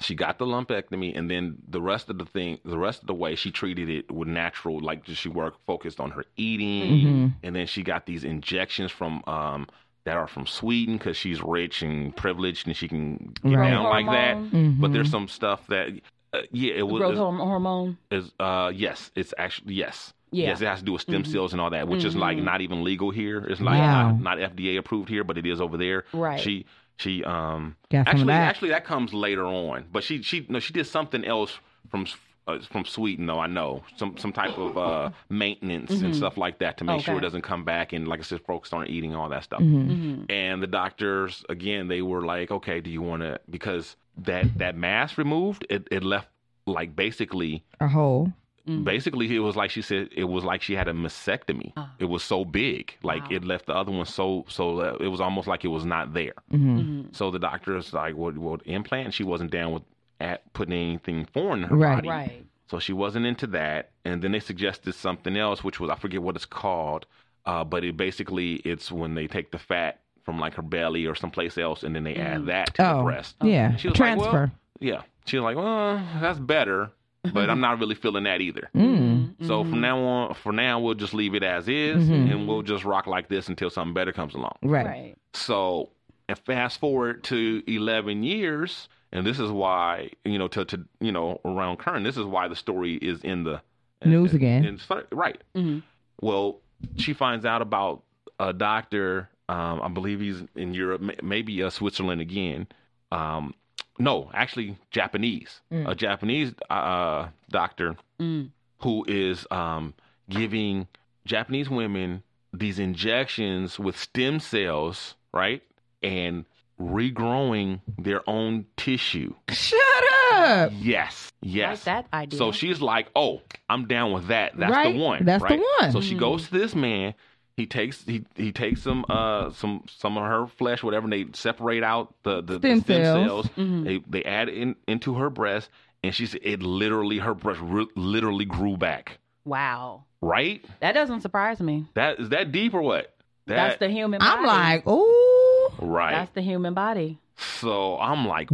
she got the lumpectomy and then the rest of the thing the rest of the way she treated it with natural like she worked focused on her eating
Mm-hmm.
and then she got these injections from um that are from Sweden because she's rich and privileged and she can get
Right.
down like that.
Mhm.
But
Mm-hmm.
there's some stuff that, uh, yeah, it
Growth
was
horm- hormone.
is, uh yes, it's actually yes,
Yeah. Mm-hmm.
yes, it has to do with stem cells and all that, which is like not even legal here. It's like
Wow.
not, not FDA approved here, but it is over there.
Right.
She she um
Got some of
actually
that.
actually that comes later on, but she she no she did something else from uh, from Sweden though I know some some type of uh maintenance and stuff like that to make sure it
Mm-hmm. Okay.
doesn't come back and like I said focused on eating all that stuff. And the doctors again they were like okay do you want to because that that mass removed it it left like basically
A hole.
basically it was like she said it was like she had a mastectomy it was so big like it left the other one so so uh, it was almost like it was not there so the doctor's like what well, implant she wasn't down with at putting anything foreign in her
Right.
body
Right.
so she wasn't into that and then they suggested something else which was i forget what it's called uh, but it basically it's when they take the fat from like her belly or someplace else and then they add that to the
Oh,
breast
yeah.
And she was like, well,
Transfer.
yeah she was like well that's better but i'm not really feeling that either
Mm.
so from now on, for now, we'll just leave it as is, and we'll just rock like this until something better comes along.
Mm-hmm. Right.
Right.
So, and fast forward to eleven years, and this is why you know to, to you know around current. This is why the story is in the
News
in-
again.
in- right. Well, she finds out about a doctor. Um, I believe he's in Europe, may- maybe uh, Switzerland again. Um, no, actually, Japanese, a Japanese uh, doctor who is um, giving Japanese women these injections with stem cells, right? And regrowing their own tissue.
Shut up.
Yes. Yes.
Like that idea.
So she's like, "Oh, I'm down with that. That's
Right?
the one.
That's the
right?
one.
So she goes to this man. He takes he he takes some uh some some of her flesh, whatever. And they separate out the the
Stem
the stem cells.
cells. Mm-hmm.
They they add it in into her breast, and she said it literally her breast re- literally grew back.
Wow.
Right?
That doesn't surprise me.
That is that deep or what?
That's
That,
the human body.
I'm like, ooh.
right.
That's the human body.
so I'm like,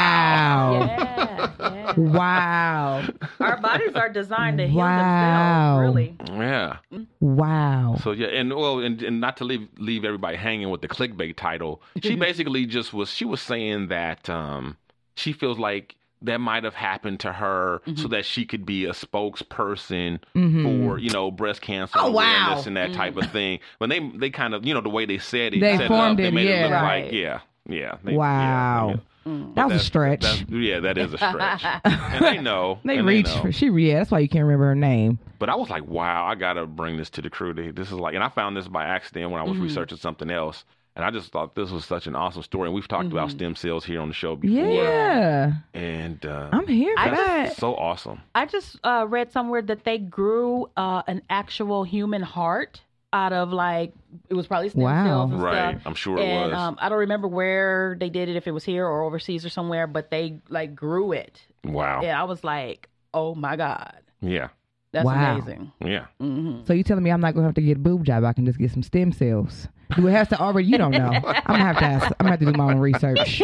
Wow.
Yeah. yeah.
Wow.
Our bodies are designed to heal
Wow.
themselves, really.
yeah.
Wow.
So yeah, and well, and, and not to leave leave everybody hanging with the clickbait title. She
*laughs*
basically just was she was saying that um she feels like that might have happened to her
Mm-hmm.
so that she could be a spokesperson for you know breast cancer
Oh, wow. Mm-hmm.
awareness and that type of thing. When they they kind of you know the way they said it,
They
set
formed
up, they
it,
made it
yeah.
look
Right.
like yeah, yeah, they- yeah,
Wow.
yeah.
That was a stretch.
That's, yeah, that is a
*laughs*
stretch. and they know.
They
and
reached
know.
for she. Yeah, that's why you can't remember her name.
But I was like, wow, I gotta bring this to the crew. This is like, and I found this by accident when I was
Mhm.
researching something else, and I just thought this was such an awesome story. And we've talked about
Mhm.
stem cells here on the show before,
Yeah,
and uh,
I'm here for
I
that's
just-
so awesome.
I just uh, read somewhere that they grew uh, an actual human heart out of like it was probably stem
Wow.
cells and
Right.
stuff.
I'm sure it
And,
was.
Um, I don't remember where they did it, if it was here or overseas or somewhere, but they like grew it.
Wow.
And I was like, oh my god,
Yeah.
that's
Wow.
amazing.
Yeah.
Mm-hmm.
So you telling me I'm not gonna have to get a boob job? I can just get some stem cells. Do it have to already? You don't know. I'm gonna have to ask. I'm gonna have to do my own research.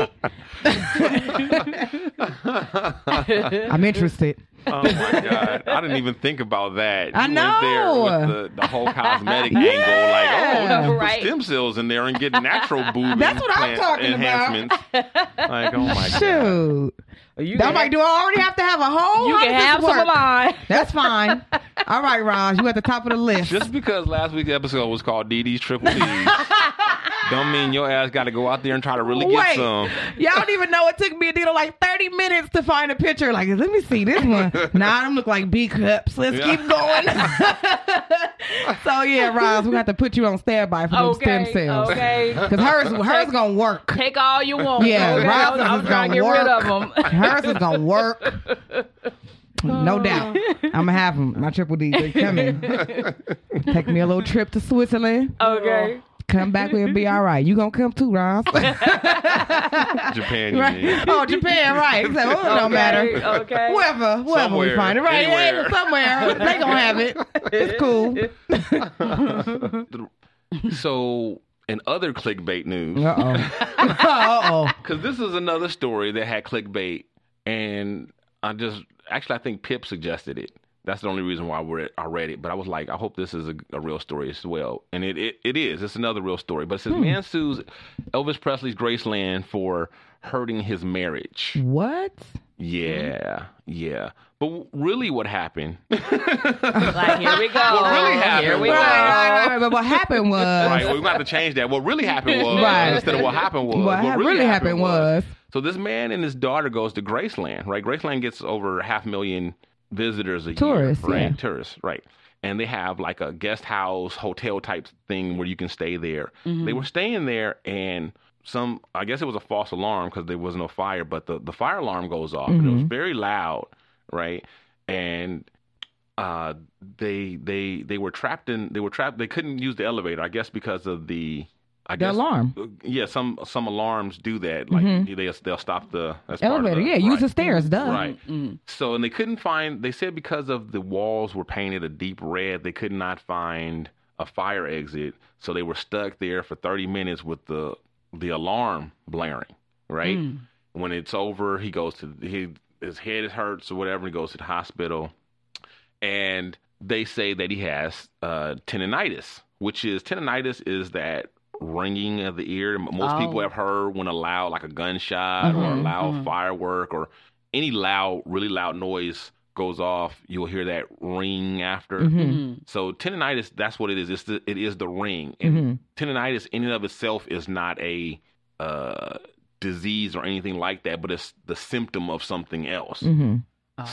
I'm interested.
Oh my god! I didn't even think about that.
I
You went
know.
there with the, the whole cosmetic
Oh! *laughs* Yeah.
angle,
*laughs*
like oh,
No,
put
right.
stem cells in there and get natural boob
That's what I'm
implant
talking about.
enhancements. Like oh my god!
Shoot.
You
I'm like, do I already have to have a whole?
You
How
can
does this
have some of
work?
mine.
That's fine. All right, Raj, you at the top of the list.
Just because last week's episode was called DD's Triple D's, don't mean your ass got to go out there and try to really get
Wait.
some.
Y'all don't even know it took me a deal like 30 minutes to find a picture. Like, let me see this one. nah, them look like B cups. Let's
Yeah.
keep going. *laughs* so yeah, Roz, we got to put you on standby for those
Okay,
stem cells. *laughs*
okay.
Because hers, hers gonna work.
Take all you want.
Yeah,
okay?
Roz
I'm,
is
I'm trying to
gonna
get
work.
rid of them.
*laughs*
Hers is gonna work.
Oh.
No doubt. I'm gonna have them. My triple D they coming. Take me a little trip to Switzerland.
Oh. Okay.
Come back, we'll be all right. You gonna come too,
*laughs*
Roz?
Japan, you mean.
Right.
*laughs*
*laughs* Oh, Japan, right. So, it don't
Okay,
matter.
okay.
Wherever, wherever
Somewhere,
we find it. Right.
anywhere.
yeah, Somewhere. they gonna have it. It's
*laughs*
cool.
So, in other clickbait news,
oh.
because this is another story that had clickbait, and I just actually I think Pip suggested it. That's the only reason why I read, I read it. But I was like, I hope this is a, a real story as well, and it, it it is. It's another real story. But it says man sues Elvis Presley's Graceland for hurting his marriage.
Mm-hmm. What?
Yeah, yeah. But w- really, what happened?
Like, here
*laughs*
we go.
What really happened?
Here we
was-
go.
Right, right, right. But what happened
*laughs*
was
Right, well, we
*laughs*
got to change that. What really happened was
Right.
instead of what happened was.
what, ha- really happened was,
So this man and his daughter goes to Graceland, right? Graceland gets over half a million visitors a
Tourists,
year, right?
yeah.
Tourists, right? And they have like a guest house hotel type thing where you can stay there.
Mhm.
Mm-hmm.
They were staying there, and some I guess it was a false alarm because there was no fire, but the the fire alarm goes off, and it
Mm-hmm.
was
Mhm.
very loud, right? And uh they they they were trapped in they were trapped they couldn't use the elevator i guess because of the i
The
guess
alarm.
yeah some some alarms do that like
Mhm.
they, they'll stop the that's part of
elevator.
the-
Yeah, use the Mm-hmm. stairs, duh.
right so and they couldn't find they said because of the walls were painted a deep red they could not find a fire exit so they were stuck there for 30 minutes with the the alarm blaring right
Mm.
when it's over he goes to he, his head hurts or whatever he goes to the hospital and they say that he has uh, tendonitis, which is tendonitis is that ringing of the ear. Most
Oh.
people have heard when a loud, like a gunshot or a
Mhm,
loud
mhm.
firework or any loud, really loud noise goes off, you'll hear that ring after.
Mhm.
Mm-hmm,
Mm-hmm.
Mhm.
So tendonitis, that's what it is. It's the, it is the ring, and
Mm-hmm.
Mhm.
tendonitis in and of itself is not a uh, disease or anything like that, but it's the symptom of something else.
Mhm.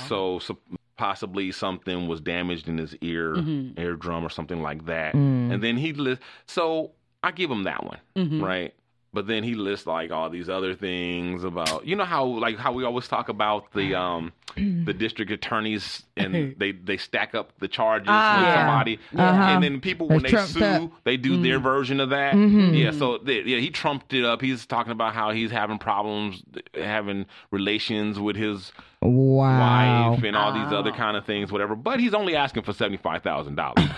So, so possibly something was damaged in his ear,
Mm-hmm.
Mhm.
eardrum, or something like that.
Mm-hmm.
Mm.
And then he lists. So I give him that one,
Mm-hmm.
Mhm.
right? But then he lists like all these other things about you know how like how we always talk about the um the district attorneys and they they stack up the charges
Ah,
with
yeah.
somebody
Uh-huh.
and then people when
They
they
trumped
sue
up.
they do
Mm.
their version of that
Mm-hmm.
Mhm.
yeah so th- yeah he trumped it up he's talking about how he's having problems having relations with his
wow.
wife and all these other kind of things, whatever. But he's only asking for seventy five thousand dollars.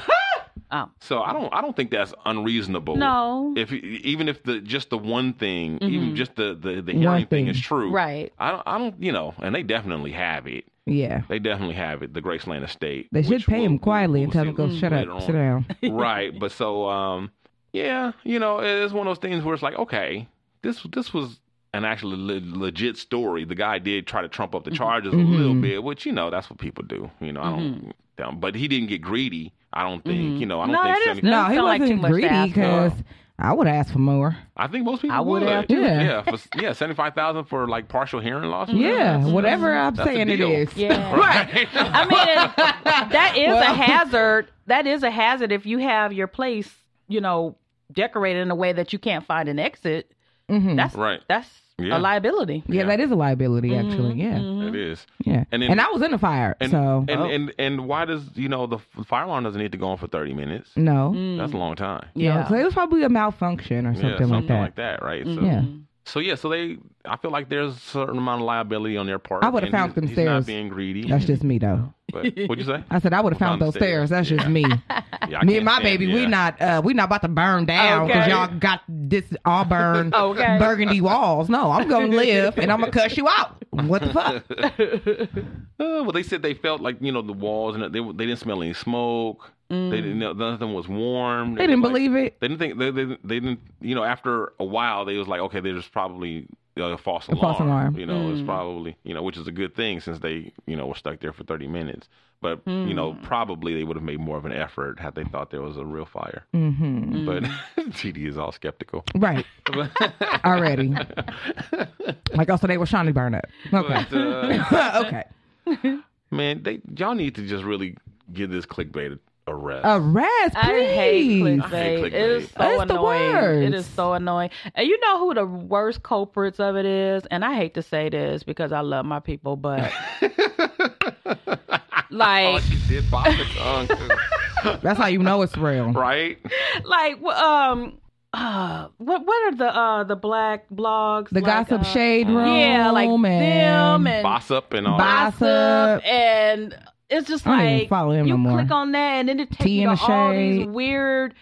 So I don't I don't think that's unreasonable.
No.
If even if the just the one thing,
Mhm.
even just the the, the
One
hearing thing.
thing.
is true.
Right.
I don't I don't you know, and they definitely have it.
Yeah.
They definitely have it, the Graceland
*laughs*
Estate.
They should pay him quietly and tell him to go
we'll
shut
see later
up, sit
on.
down.
right. But so um yeah, you know, it is one of those things where it's like, okay, this this was an actually le- legit story. The guy did try to trump
Mm-hmm.
up the charges a little
Mhm.
bit, which you know that's what people do. You know, I don't. But he didn't get greedy. I don't think. You know, I don't
Mm-hmm.
think.
No, that is-
70
no, he wasn't greedy because I would ask for more.
I think most people
I would
would.
have too.
Yeah,
Yeah.
for, yeah, seventy five thousand for like partial hearing loss.
Yeah, whatever
Mm-hmm.
I'm
That's a
saying it
deal.
is.
*laughs*
*laughs*
Yeah.
Right.
Mm-hmm.
I mean, it- that is
Well- *laughs*
a hazard. That is a hazard if you have your place, you know, decorated in a way that you can't find an exit.
Mhm.
That's
Right.
That's
Yeah.
a liability.
Yeah, that is a liability actually. Yeah,
It is.
yeah.
And
And,
then-
I was in a fire,
And
so
and, and and why does you know the f- fire alarm doesn't need to go on for thirty minutes?
no,
That's a long time.
yeah. So it was probably a malfunction or something,
yeah, something
like that. Mm-hmm.
right? So,
Yeah.
so yeah, so they. I feel like there's a certain amount of liability on their part.
I would've
and
found
he's-
them
He's not
stairs.
being greedy.
That's just me though.
But what'd you
*laughs*
say?
I said I would have
Well,
found those
downstairs,
stairs. That's just me.
Yeah, *laughs* I
me
can't
and my
stand-
baby, we
yeah.
not uh we not about to burn down because
Okay.
y'all got this auburn
Okay.
burgundy walls. No, I'm gonna live and I'm gonna cuss you out. What the
*laughs*
fuck?
Uh, well, they said they felt like you know the walls and they they didn't smell any smoke. They didn't. know Nothing was warm.
Mm. They didn't believe it.
They didn't think they, they they didn't. You know, after a while, they was like, okay, there's probably a false
A
alarm.
false alarm.
You know, it's probably you know, which is a good thing since they you know were stuck there for 30 minutes. But you know, probably they would have made more of an effort had they thought there was a real fire.
Mm-hmm.
But *laughs* TD is all skeptical. *laughs*
Right. Already. Like also they were trying to burn up. Okay.
But, uh,
*laughs* okay.
man, they y'all need to just really give this clickbait a rest.
Oh. Arrest, please.
I hate clickbait.
hate
It is
clickbait.
so
It's the
annoying. It is
worst.
so annoying. And you know who the worst culprits of it is? And I hate to say this because I love my people, *laughs* but like
It did pop the tongue, *laughs*
That's how you know it's real.
right?
like wh- um uh, what what are the uh the black blogs?
The
like,
gossip
uh,
shade room.
Yeah, like
and
them and
Boss up and all.
Boss-
that.
Gossip.
gossip and it's just
I don't even
like
follow him
you
no more.
click on that and then it takes
Tea
you
in
to
the
all these
shade.
weird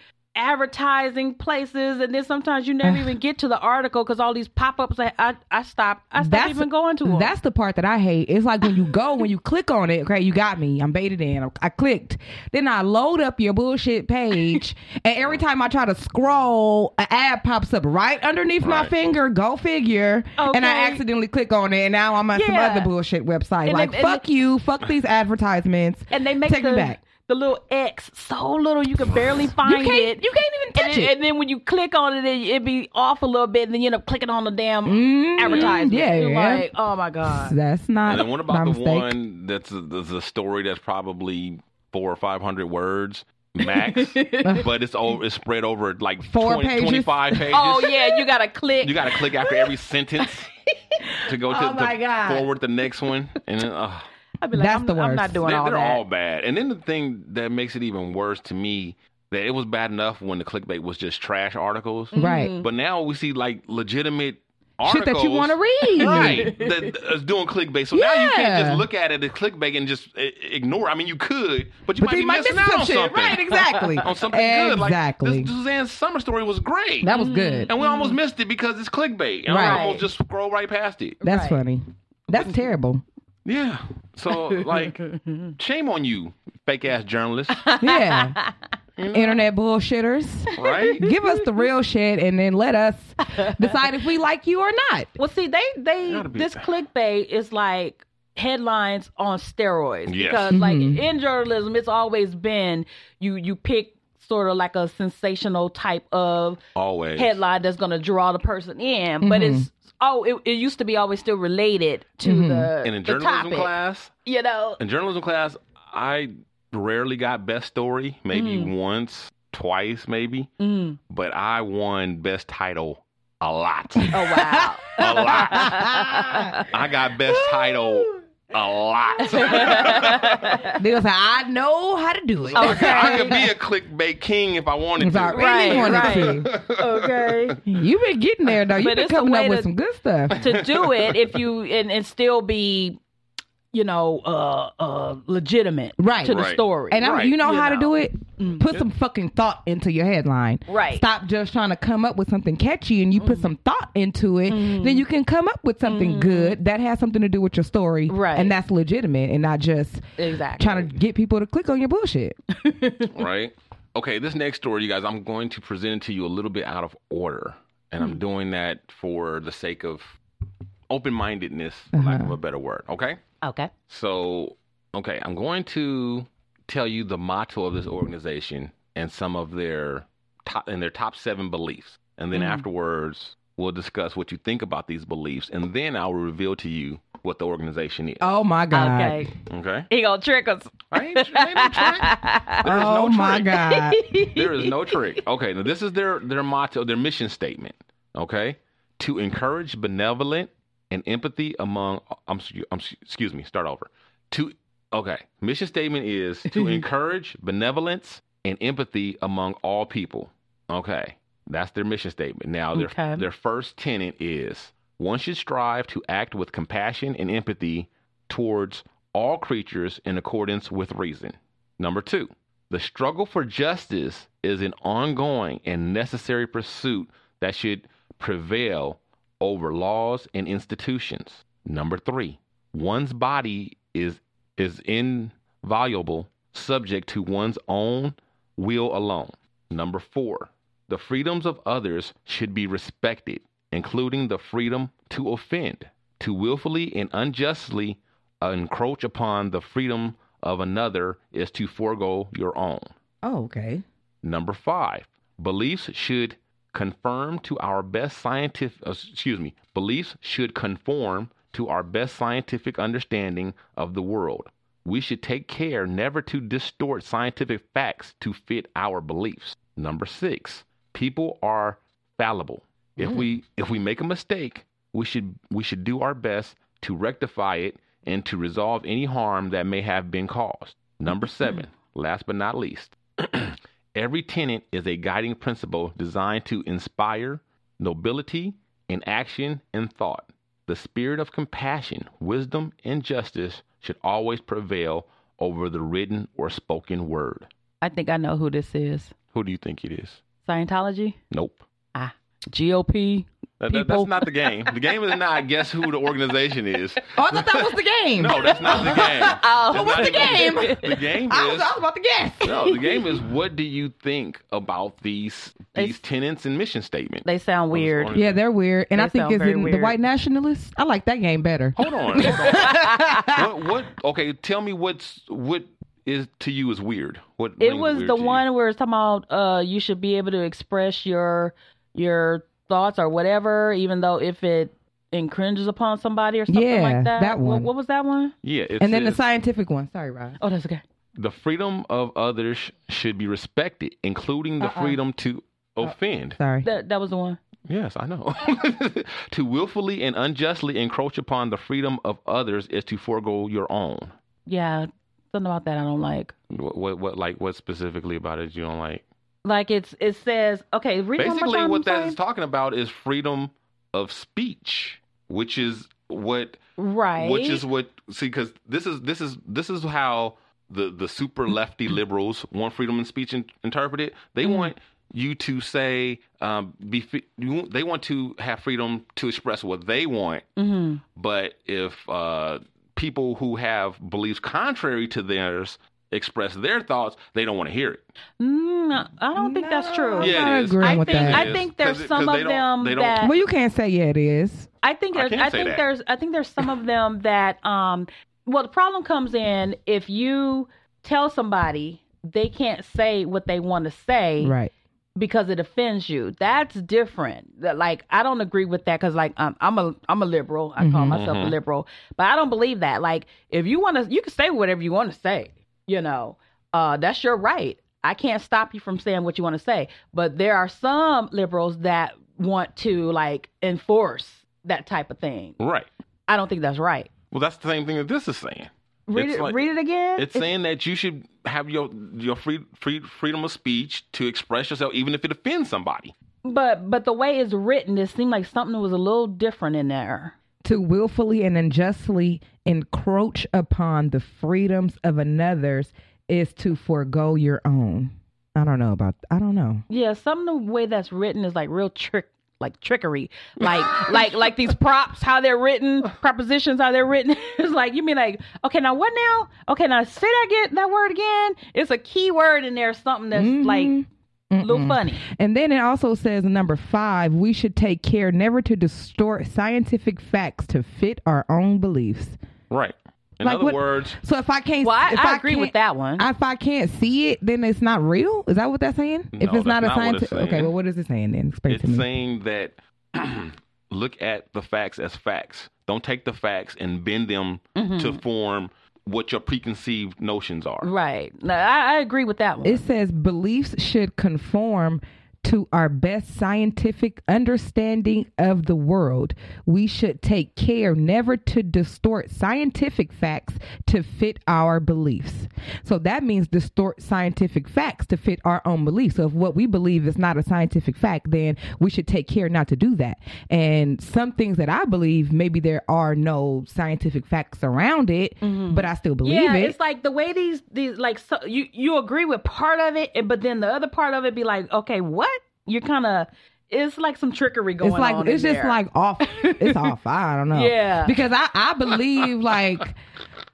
advertising places and then sometimes you never even get to the article because all these pop-ups I, I i stopped i stopped even going to them
That's the part that I hate. It's like when you go, when you
*laughs*
click on it, okay, you got me. I'm baited in. I clicked. Then I load up your bullshit
*laughs*
page, and every time I try to scroll, an ad pops up right underneath my
Right.
finger. Go figure. And I
Okay.
accidentally click on it, and now I'm on some
Yeah.
other bullshit website.
And
like,
they- and
fuck
they-
you. Fuck these advertisements.
and they make
Take
the,
me back.
the little x so little you can barely find
can't-
it
you can't even touch
and,
it.
and then when you click on it it, it be off a little bit and then you end up clicking on the damn
Mm,
advertisement
yeah,
You're
yeah.
like oh my god
That's not.
And
*laughs*
then what
my
about the
mistake.
one that's a, that's a story that's probably four or five hundred words max,
*laughs*
but it's over, it's spread over like
Four
20,
pages? *laughs*
25 pages.
oh yeah you gotta click
You got to click after every sentence to
*laughs*
go to,
Oh, my
to
God.
forward the next one, and then uh,
I'd be like,
That's
I'm,
the
I'm
worst.
not
they're,
doing all
they're
that.
all bad. And then the thing that makes it even worse to me that it was bad enough when the clickbait was just trash articles,
Right.
But now we see like legitimate
Mm-hmm. Shit
articles
that you want to read.
right that is doing clickbait so now you can't
Yeah.
just look at it as clickbait and just i- ignore it. i mean you could but you
But
might
they
be
might
missing
miss
out
some
on
shit.
something *laughs*
Right, exactly.
on something good
Exactly.
like this suzanne's summer story was great
That was good.
Mm.
and we almost missed it because it's clickbait and
Right.
i almost just scroll right past it
That's
Right.
funny. That's terrible.
yeah
*laughs*
so like shame on you fake ass
*laughs*
journalist
*laughs*
Yeah. Internet bullshitters.
right
Give us the real shit and then let us decide if we like you or not.
Well, see, they they
Gotta be-
this clickbait is like headlines on steroids
Yes.
because
Mm-hmm.
like in journalism, it's always been you you pick sort of like a sensational type of
always
headline that's going to draw the person in, but
Mm-hmm.
it's oh, it, it used to be always still related to the
and in
the
journalism
topic,
class
you know.
in journalism class, I rarely got best story, maybe once, twice, maybe. But I won best title a lot.
Oh
*laughs*
wow! *laughs*
A lot. I got best title a lot.
They gonna say, I know how to do it.
I could be a clickbait king if I wanted
If I
to.
really
Oh. Right,
wanted
okay.
to. You've been getting there though. You've
But
been
it's a
coming
way
up with
to-
some good stuff.
to do it if you and, and still be you know uh uh legitimate
Right.
to the
Right.
story
And I'm, you know
You
how to
know.
do it? Put some fucking thought into your headline.
Right. Mm.
Stop just trying to come up with something catchy and you put some thought into it, then you can come up with something good that has something to do with your story.
Right.
And that's legitimate and not just
exactly
trying to get people to click on your bullshit.
right? Okay, this next story, you guys, I'm going to present it to you a little bit out of order. And I'm doing that for the sake of open mindedness, for lack of a better word. Okay?
okay
So, okay, I'm going to tell you the motto of this organization and some of their top and their top seven beliefs, and then
Mm-hmm.
afterwards we'll discuss what you think about these beliefs, and then I will reveal to you what the organization is.
Oh my god.
Okay.
Okay.
He gonna trick us.
I ain't, I ain't no trick. There is no
Oh
trick.
my god.
There is no trick. Okay, now this is their their motto, their mission statement. Okay, to encourage benevolent and empathy among. I'm, s- I'm s- excuse me. Start over. To okay, mission statement is to encourage benevolence and empathy among all people. Okay, that's their mission statement. Now their
Okay.
their first tenet is one should strive to act with compassion and empathy towards all creatures in accordance with reason. Number two, the struggle for justice is an ongoing and necessary pursuit that should prevail over laws and institutions. Number three, one's body is is inviolable, subject to one's own will alone. Number four, the freedoms of others should be respected, including the freedom to offend, to willfully and unjustly encroach upon the freedom of another is to forego your own.
*laughs* Oh,
*laughs*
okay.
Number five, beliefs should conform to our best scientific, uh, excuse me, beliefs should conform to our best scientific understanding of the world. We should take care never to distort scientific facts to fit our beliefs. Number six, people are fallible. If we if we make a mistake, we should we should do our best to rectify it and to resolve any harm that may have been caused. Number seven, last but not least, *clears throat* Every tenet is a guiding principle designed to inspire nobility in action and thought. The spirit of compassion, wisdom, and justice should always prevail over the written or spoken word.
*laughs* I think I know who this is.
Who do you think it is?
Scientology,
Nope.
Ah.
GOP.
That- that-
People.
that's not the game. The game is not guess who the organization is.
Oh, I thought that was the *laughs* game.
No, that's not the game.
Oh,
That's
*laughs* what's
not
the game?
The game
I, was,
is
I was about to guess.
*laughs* no. The game
*laughs*
is what do you think about these these tenets and mission statement?
*laughs* They sound weird.
on it.
Yeah, they're weird, and
They
I think
sound
it's
very
in the
weird.
white nationalists. I like that game better.
Hold
*laughs*
on. Hold on. what, what? Okay, tell me what's what is to you is weird. What
It
rings
was
weird
the
to you?
one where it's talking about uh, you should be able to express your your thoughts or whatever, even though if it infringes upon somebody or something
Yeah,
like that.
that
What-
one.
What, was that one?
Yeah, it
And then the
says,
scientific one. Sorry, Rod.
Oh, that's okay.
the freedom of others sh- should be respected, including the
Uh-uh.
freedom to
Uh,
offend.
Sorry.
That that was the one.
Yes, I know. *laughs* to willfully and unjustly encroach upon the freedom of others is to forego your own.
Yeah, something about that I don't like.
What, what, what like, what specifically about it you don't like?
Like it's it says okay. Read it one more
Basically,
time,
what
I'm
that
sorry.
is talking about is freedom of speech, which is what
right.
which is what see because this is this is this is how the the super
*clears throat*
lefty liberals want freedom of speech in, interpreted they
Mm-hmm.
want you to say um be fe- you want- they want to have freedom to express what they want
Mm-hmm.
Mhm.
but if uh people who have beliefs contrary to theirs express their thoughts they don't want to hear it
Mm, I don't think that's true.
I'm
Yeah, it
not
is.
agreeing
I
with
think-
that.
I
It is.
think there's
'Cause it-
some
'cause
of
they don't-
them
they don't-
that-
well, you can't say yeah, it is.
I think
I
there's,
can't
I,
say
think
that.
there's I think there's some of them that um well the problem comes in if you tell somebody they can't say what they want to say
Right.
because it offends you. That's different. That like I don't agree with that because like um, I'm a I'm a liberal. I call myself
Mm-hmm.
a liberal, but I don't believe that. Like if you want to, you can say whatever you want to say. You know, uh, that's your right. I can't stop you from saying what you want to say. But there are some liberals that want to like enforce that type of thing.
right
I don't think that's right.
well that's the same thing that this is saying
Read
It's
it.
like-
read it again.
It's saying that you should have your your free, free freedom of speech to express yourself, even if it offends somebody.
but but the way it's written, it seemed like something was a little different in there.
To willfully and unjustly encroach upon the freedoms of another's is to forego your own. I don't know about. I don't know.
Yeah, some of the way that's written is like real trick, like trickery, like *laughs* like like these props, how they're written, prepositions, how they're written. *laughs* It's like you mean like, okay, now what now? Okay, now say that get that word again. It's a key word in there, something that's
Mm-hmm.
like a little funny.
And then it also says number five, we should take care never to distort scientific facts to fit our own beliefs.
Right. In
Like,
other
what-
words,
So if I can't,
Well, I-
if
I agree
can't-
with that one.
If I can't see it, then it's not real. Is that what that's saying? if
No,
it's
that's not
not a
what it's
scientific, okay.
saying.
Well, what is it saying then? Explain
it's
to me.
saying that look at the facts as facts. Don't take the facts and bend them to form what your preconceived notions are.
Right. No, I, I agree with that one.
It says beliefs should conform to our best scientific understanding of the world. We should take care never to distort scientific facts to fit our beliefs. So that means distort scientific facts to fit our own beliefs. So if what we believe is not a scientific fact, then we should take care not to do that. And some things that I believe, maybe there are no scientific facts around it, but I still believe
yeah,
it.
it's like the way these these like so you you agree with part of it, and- but then the other part of it be like, okay, what? You're kind of it's like some trickery going
it's like
on. in
it's just
there.
like off it's off i don't know
*laughs* Yeah.
because i i believe like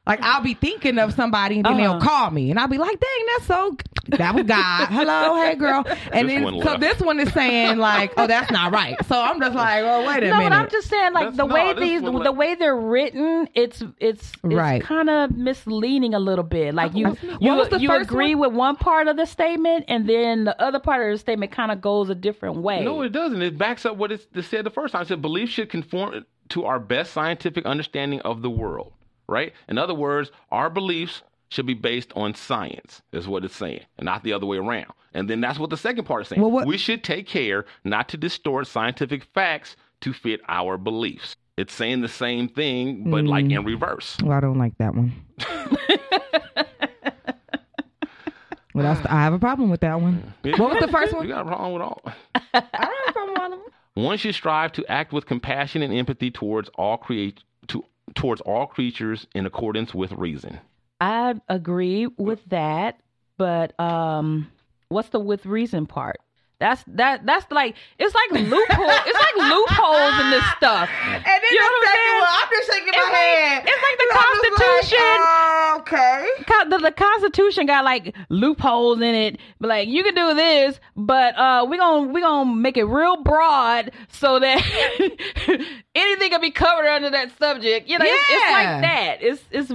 like i'll be thinking of somebody and then
Uh-huh.
they'll call me and i'll be like dang that's so that was god hello
*laughs*
hey girl and
This
then
one
so
left.
this one is saying like oh that's not right so i'm just like oh wait a
no,
minute
but I'm just saying, like
That's-
the
no,
way
this
these,
one,
the,
like-
way they're written, it's it's, it's
Right.
kind of misleading a little bit. Like you,
What
you,
was the
you
first
agree with one part of the statement, and then the other part of the statement kind of goes a different way.
No, it doesn't. It backs up what it said the first time. It said belief should conform to our best scientific understanding of the world, right? In other words, our beliefs should be based on science, is what it's saying, and not the other way around. And then that's what the second part is saying.
Well, what-
we should take care not to distort scientific facts to fit our beliefs. It's saying the same thing, but like in reverse.
well i don't like that
*laughs*
one well that's i have a problem with that one what was the first
You
one
got a problem with all.
i don't have a problem with them
One should strive to act with compassion and empathy towards all create to towards all creatures in accordance with reason.
I agree with that, but um, what's the with reason part? That's that. That's like it's like loophole. it's like loopholes in this stuff.
*laughs* And then
You know
the
what I'm
second
saying?
one, I'm just shaking my
It's like-
head.
it's like the
I'm just like,
Constitution.
"Oh, okay.
Co- the, the Constitution got like loopholes in it. But like you can do this, but uh, we gonna we gonna make it real broad so that *laughs* anything can be covered under that subject. You know, it's, it's
Yeah.
like that. It's it's.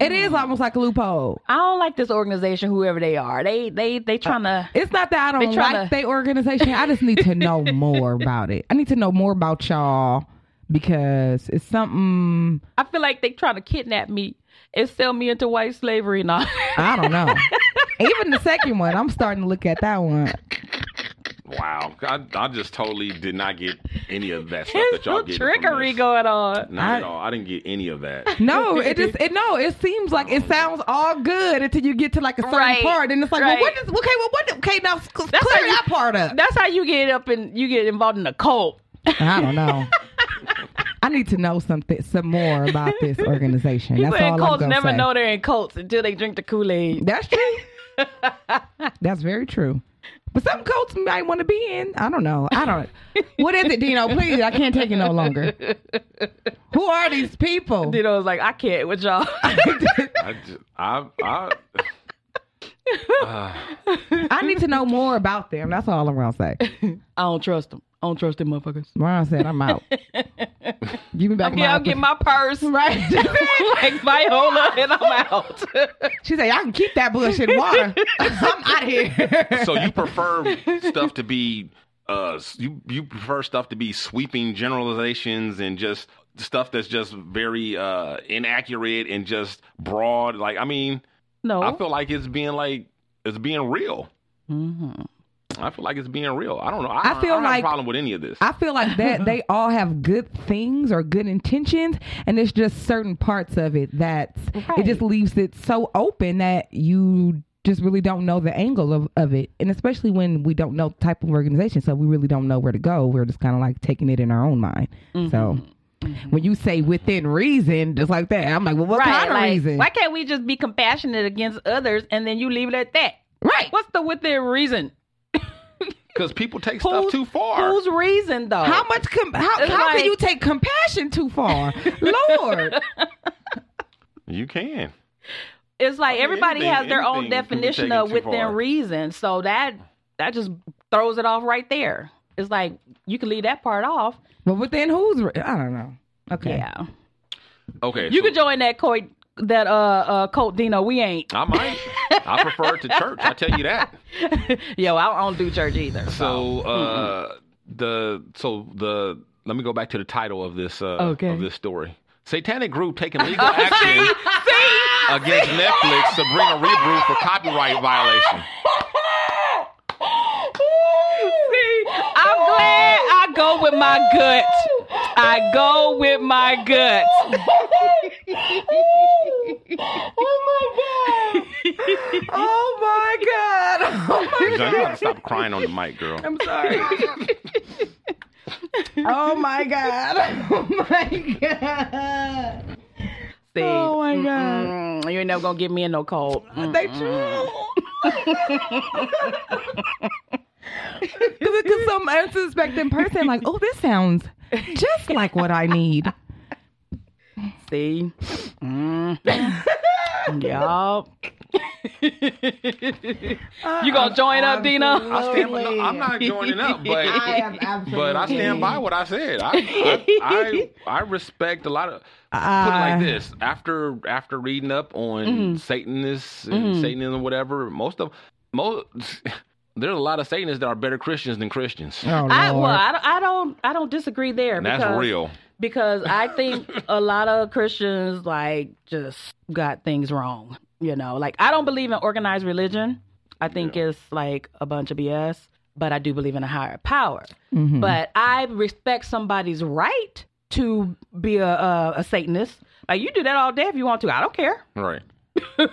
it is almost like a loophole
I don't like this organization, whoever they are. They they
Uh.
they trying to.
It's not that I don't
They
like
tryna-
their organization. I just need to
*laughs*
know more about it. I need to know more about y'all because it's something
I feel like they trying to kidnap me and sell me into white slavery. Now
I don't
*laughs*
know. Even the second one, I'm starting to look at that one.
Wow, I, I just totally did not get any of that
*laughs*
stuff
there's
that y'all
no
get.
trickery going on.
Not at
I-
all. I didn't get any of that.
No, it just it no, it seems like it sounds all good until you get to like a certain
Right,
part, and it's like,
right.
well, what is okay? Well, what? do- Okay, now s- clear
how you-
that part up.
That's how you get up and you get involved in a cult.
I don't know. I need to know something some more about
*laughs*
this organization.
People
That's all
in
I'm
cults
gonna
never
say.
know they're in cults until they drink the Kool
*laughs*
Aid.
That's true.
*laughs*
That's very true. But some coats might want to be in. I don't know. I don't. *laughs* What is it, Dino? Please, I can't take it no longer. Who are these people?
*laughs* You know, it's like I can't
*laughs*
with y'all.
I, just, I, I,
I need to know more about them. That's all I'm gonna say.
I don't trust them. I don't trust them motherfuckers.
Ron said, "I'm
*laughs*
out. Give me back
Yeah, I'll
my."
get my
*laughs*
purse right, *laughs* like Viola, and I'm
*laughs*
out.
she said, "Y'all can keep that bullshit in
*laughs*
water. I'm out of here."
so you
*laughs*
prefer stuff to be uh s- you you prefer stuff to be sweeping generalizations and just stuff that's just very uh inaccurate and just broad. Like I mean,
No,
I feel like it's being like it's being real. I feel like it's being real. I don't know. I,
Mm-hmm. I
don't-
feel
I don't have
like-
a problem with any of this.
I feel like
*laughs*
that they all have good things or good intentions, and it's just certain parts of it that it just leaves it so open that you just really don't know the angle of, of it. And especially when we don't know the type of organization, so we really don't know where to go. We're just kind of like taking it in our own mind. So
Mm-hmm.
when you say within reason, just like that, I'm like, well, what kind of
like,
reason?
Why can't we just be compassionate against others and then you leave it at that?
Right.
What's the within reason?
Because people take
Who's-
stuff too far.
Whose reason though?
How much? Com- how
It's
how
like-
can you take compassion too
*laughs*
far, Lord?
You can.
It's like
mean,
everybody
anything-
has their own
anything can be
definition
taken
of
too
within
far.
reason. So that that just throws it off right there. It's like you can leave that part off. *laughs*
but within whose? Re- I don't know. Okay.
Yeah.
Okay.
You
so-
can join that court that uh uh Colt Dino, we ain't. *laughs*
I might. I prefer it to church. I tell you that.
Yo, I don't do church either.
So uh the so the let me go back to the title of this uh
Okay.
of this story. Satanic group taking legal action against Netflix Sabrina Rebrew for copyright violation.
*laughs* See, I'm glad I go with my gut. I go with my gut.
*laughs* oh my god! Oh my god!
John, you gotta stop crying on the mic, girl.
I'm sorry. oh my god! Oh
*laughs*
my god!
*laughs* See,
Oh my God.
mm-mm, Mm, you ain't never gonna get me in no cold. Mm,
They
Mm-mm. *laughs*
true.
Because some unsuspecting person, like, oh, this sounds just like what I need.
See, mm.
*laughs*
y'all, you gonna join up, Dina?
Uh, I stand by, no, I'm
*laughs*
not joining up, *laughs* but
I am absolutely.
but I stand by what I said. I I, I, I respect a lot of put it
Uh,
like this. After after reading up on Satanists and Satanism, whatever, most of most *laughs* there's a lot of Satanists that are better Christians than Christians.
Oh,
I well,
Lord.
I don't, I don't, I don't disagree there.
And that's
because-
real.
because
*laughs*
I think a lot of Christians like just got things wrong. You know, like I don't believe in organized religion. I think it's like a bunch of BS, but I do believe in a higher power. But I respect somebody's right to be a, a, a Satanist. Like you do that all day if you want to. I don't care.
Right.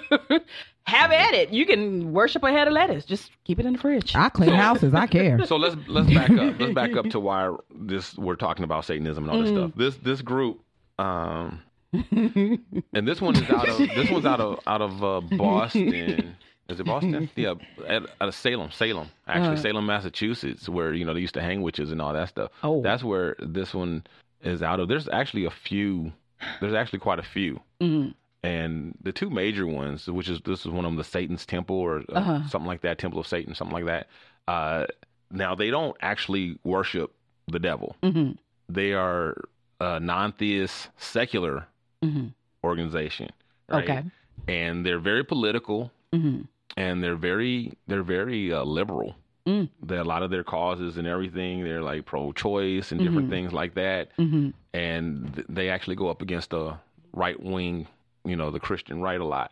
Have at it. You can worship a head of lettuce. Just keep it in the fridge.
I clean houses. I *laughs*
*laughs*
care.
So let's let's back up. Let's back up to why this we're talking about Satanism and all this stuff. This this group, um, and this one is out of this one's out of out of uh, Boston. Is it Boston? Yeah, out out of Salem, Salem, actually Salem, Massachusetts, where you know they used to hang witches and all that stuff.
Oh.
that's where this one is out of. There's actually a few. There's actually quite a few. And the two major ones, which is this is one of them, the Satan's Temple or uh, something like that, Temple of Satan, something like that. Uh, now they don't actually worship the devil.
mm-hmm.
They are a non-theist secular organization. Right?
Okay. Mm-hmm.
And they're very political, and they're very they're very uh, liberal. That a lot of their causes and everything, they're like pro-choice and different things like that.
Mm-hmm.
And th- they actually go up against the right wing, you know, the Christian right a lot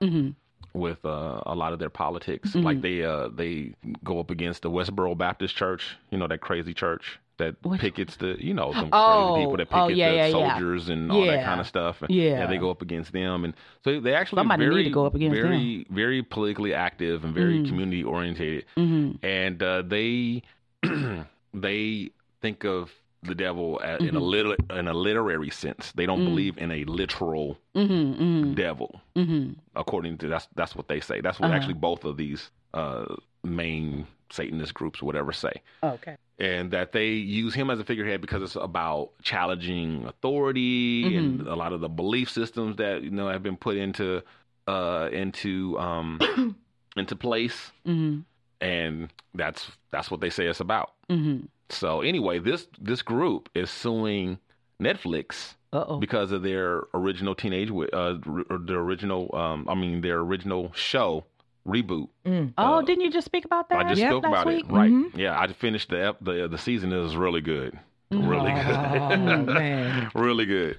with uh, a lot of their politics. Like they uh, they go up against the Westboro Baptist Church, you know, that crazy church that pickets the, you know, some
Oh,
crazy people that
oh,
picket
yeah,
the
yeah, yeah.
soldiers and all
Yeah.
that kind of stuff. And,
Yeah.
they go up against them, and so they actually
Somebody need
very,
to go up against Mm-hmm.
very, very politically active and very community orientated, and uh, they they think of the devil a- in a little in a literary sense. They don't believe in a literal
Mm-hmm.
devil according to that's that's what they say. That's what actually both of these uh, main Satanist groups, whatever, say.
Okay.
And that they use him as a figurehead because it's about challenging authority and a lot of the belief systems that you know have been put into uh, into um, into place.
Mm-hmm.
And that's that's what they say it's about.
Mm-hmm.
So anyway, this this group is suing Netflix
Uh-oh.
because of their original teenage, Wi- uh, r- or their original, um, I mean, their original show reboot.
Oh, didn't you just speak about that?
I just
Yep,
spoke
last
about
week?
it, right?
Mm-hmm.
Yeah, I finished the ep- the the season. It was really good,
Mm-hmm.
really
Oh, man.
good, *laughs* really good.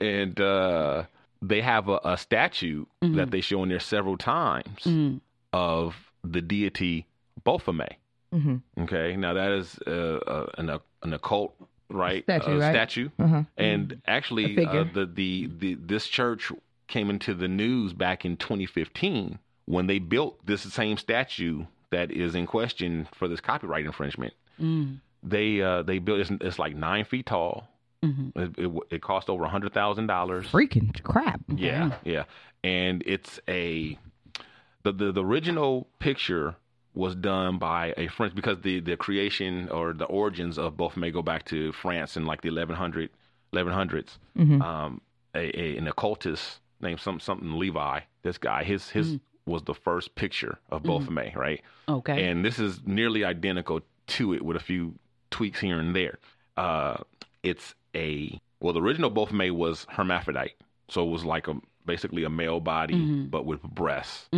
*laughs* and uh, they have a, a statue
Mm-hmm.
that they show in there several times
Mm.
Mm-hmm.
of the deity Baphomet.
Mhm.
Okay, now that is uh, uh, an uh, an occult right
Statue,
uh,
right?
statue,
Uh-huh.
and
A
actually
figure.
uh, the, the the this church came into the news back in 2015 when they built this same statue that is in question for this copyright infringement.
Mm.
They uh, they built it's, it's like nine feet tall. It, it, it cost over a hundred thousand dollars.
Mm-hmm. Freaking crap.
Yeah, yeah. And it's a the, the the original picture was done by a French because the the creation or the origins of both may go back to France in like the 1100 1100s. Um, a, a an occultist named some something Levi. This guy, his his was the first picture of both may right?
Okay.
And this is nearly identical to it with a few tweaks here and there. Uh, it's a well, the original Baphomet was hermaphrodite, so it was like a basically a male body but with breasts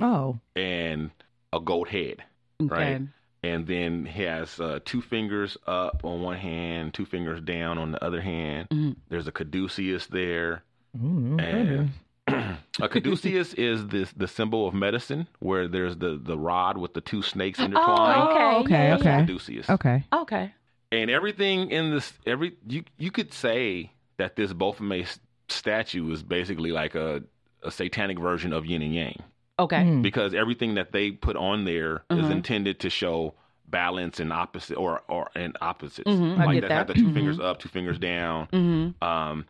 Oh.
and a goat head, right?
Mm-hmm. Okay.
And then he has uh, two fingers up on one hand, two fingers down on the other hand. There's a caduceus there.
Oh,
And *clears throat* a caduceus is this the symbol of medicine, where there's the the rod with the two snakes
Oh.
intertwined.
okay,
okay,
yeah,
okay.
yeah.
Caduceus.
Okay.
Okay.
And everything in this, every you you could say that this Baphomet s- statue is basically like a a satanic version of Yin and Yang
Okay.
Mm-hmm,
because everything that they put on there is
Mhm.
intended to show balance and opposite or or and opposites.
Mhm, I
like
get
have the
that.
2
Mhm.
fingers up, two fingers down.
Mhm.
Um,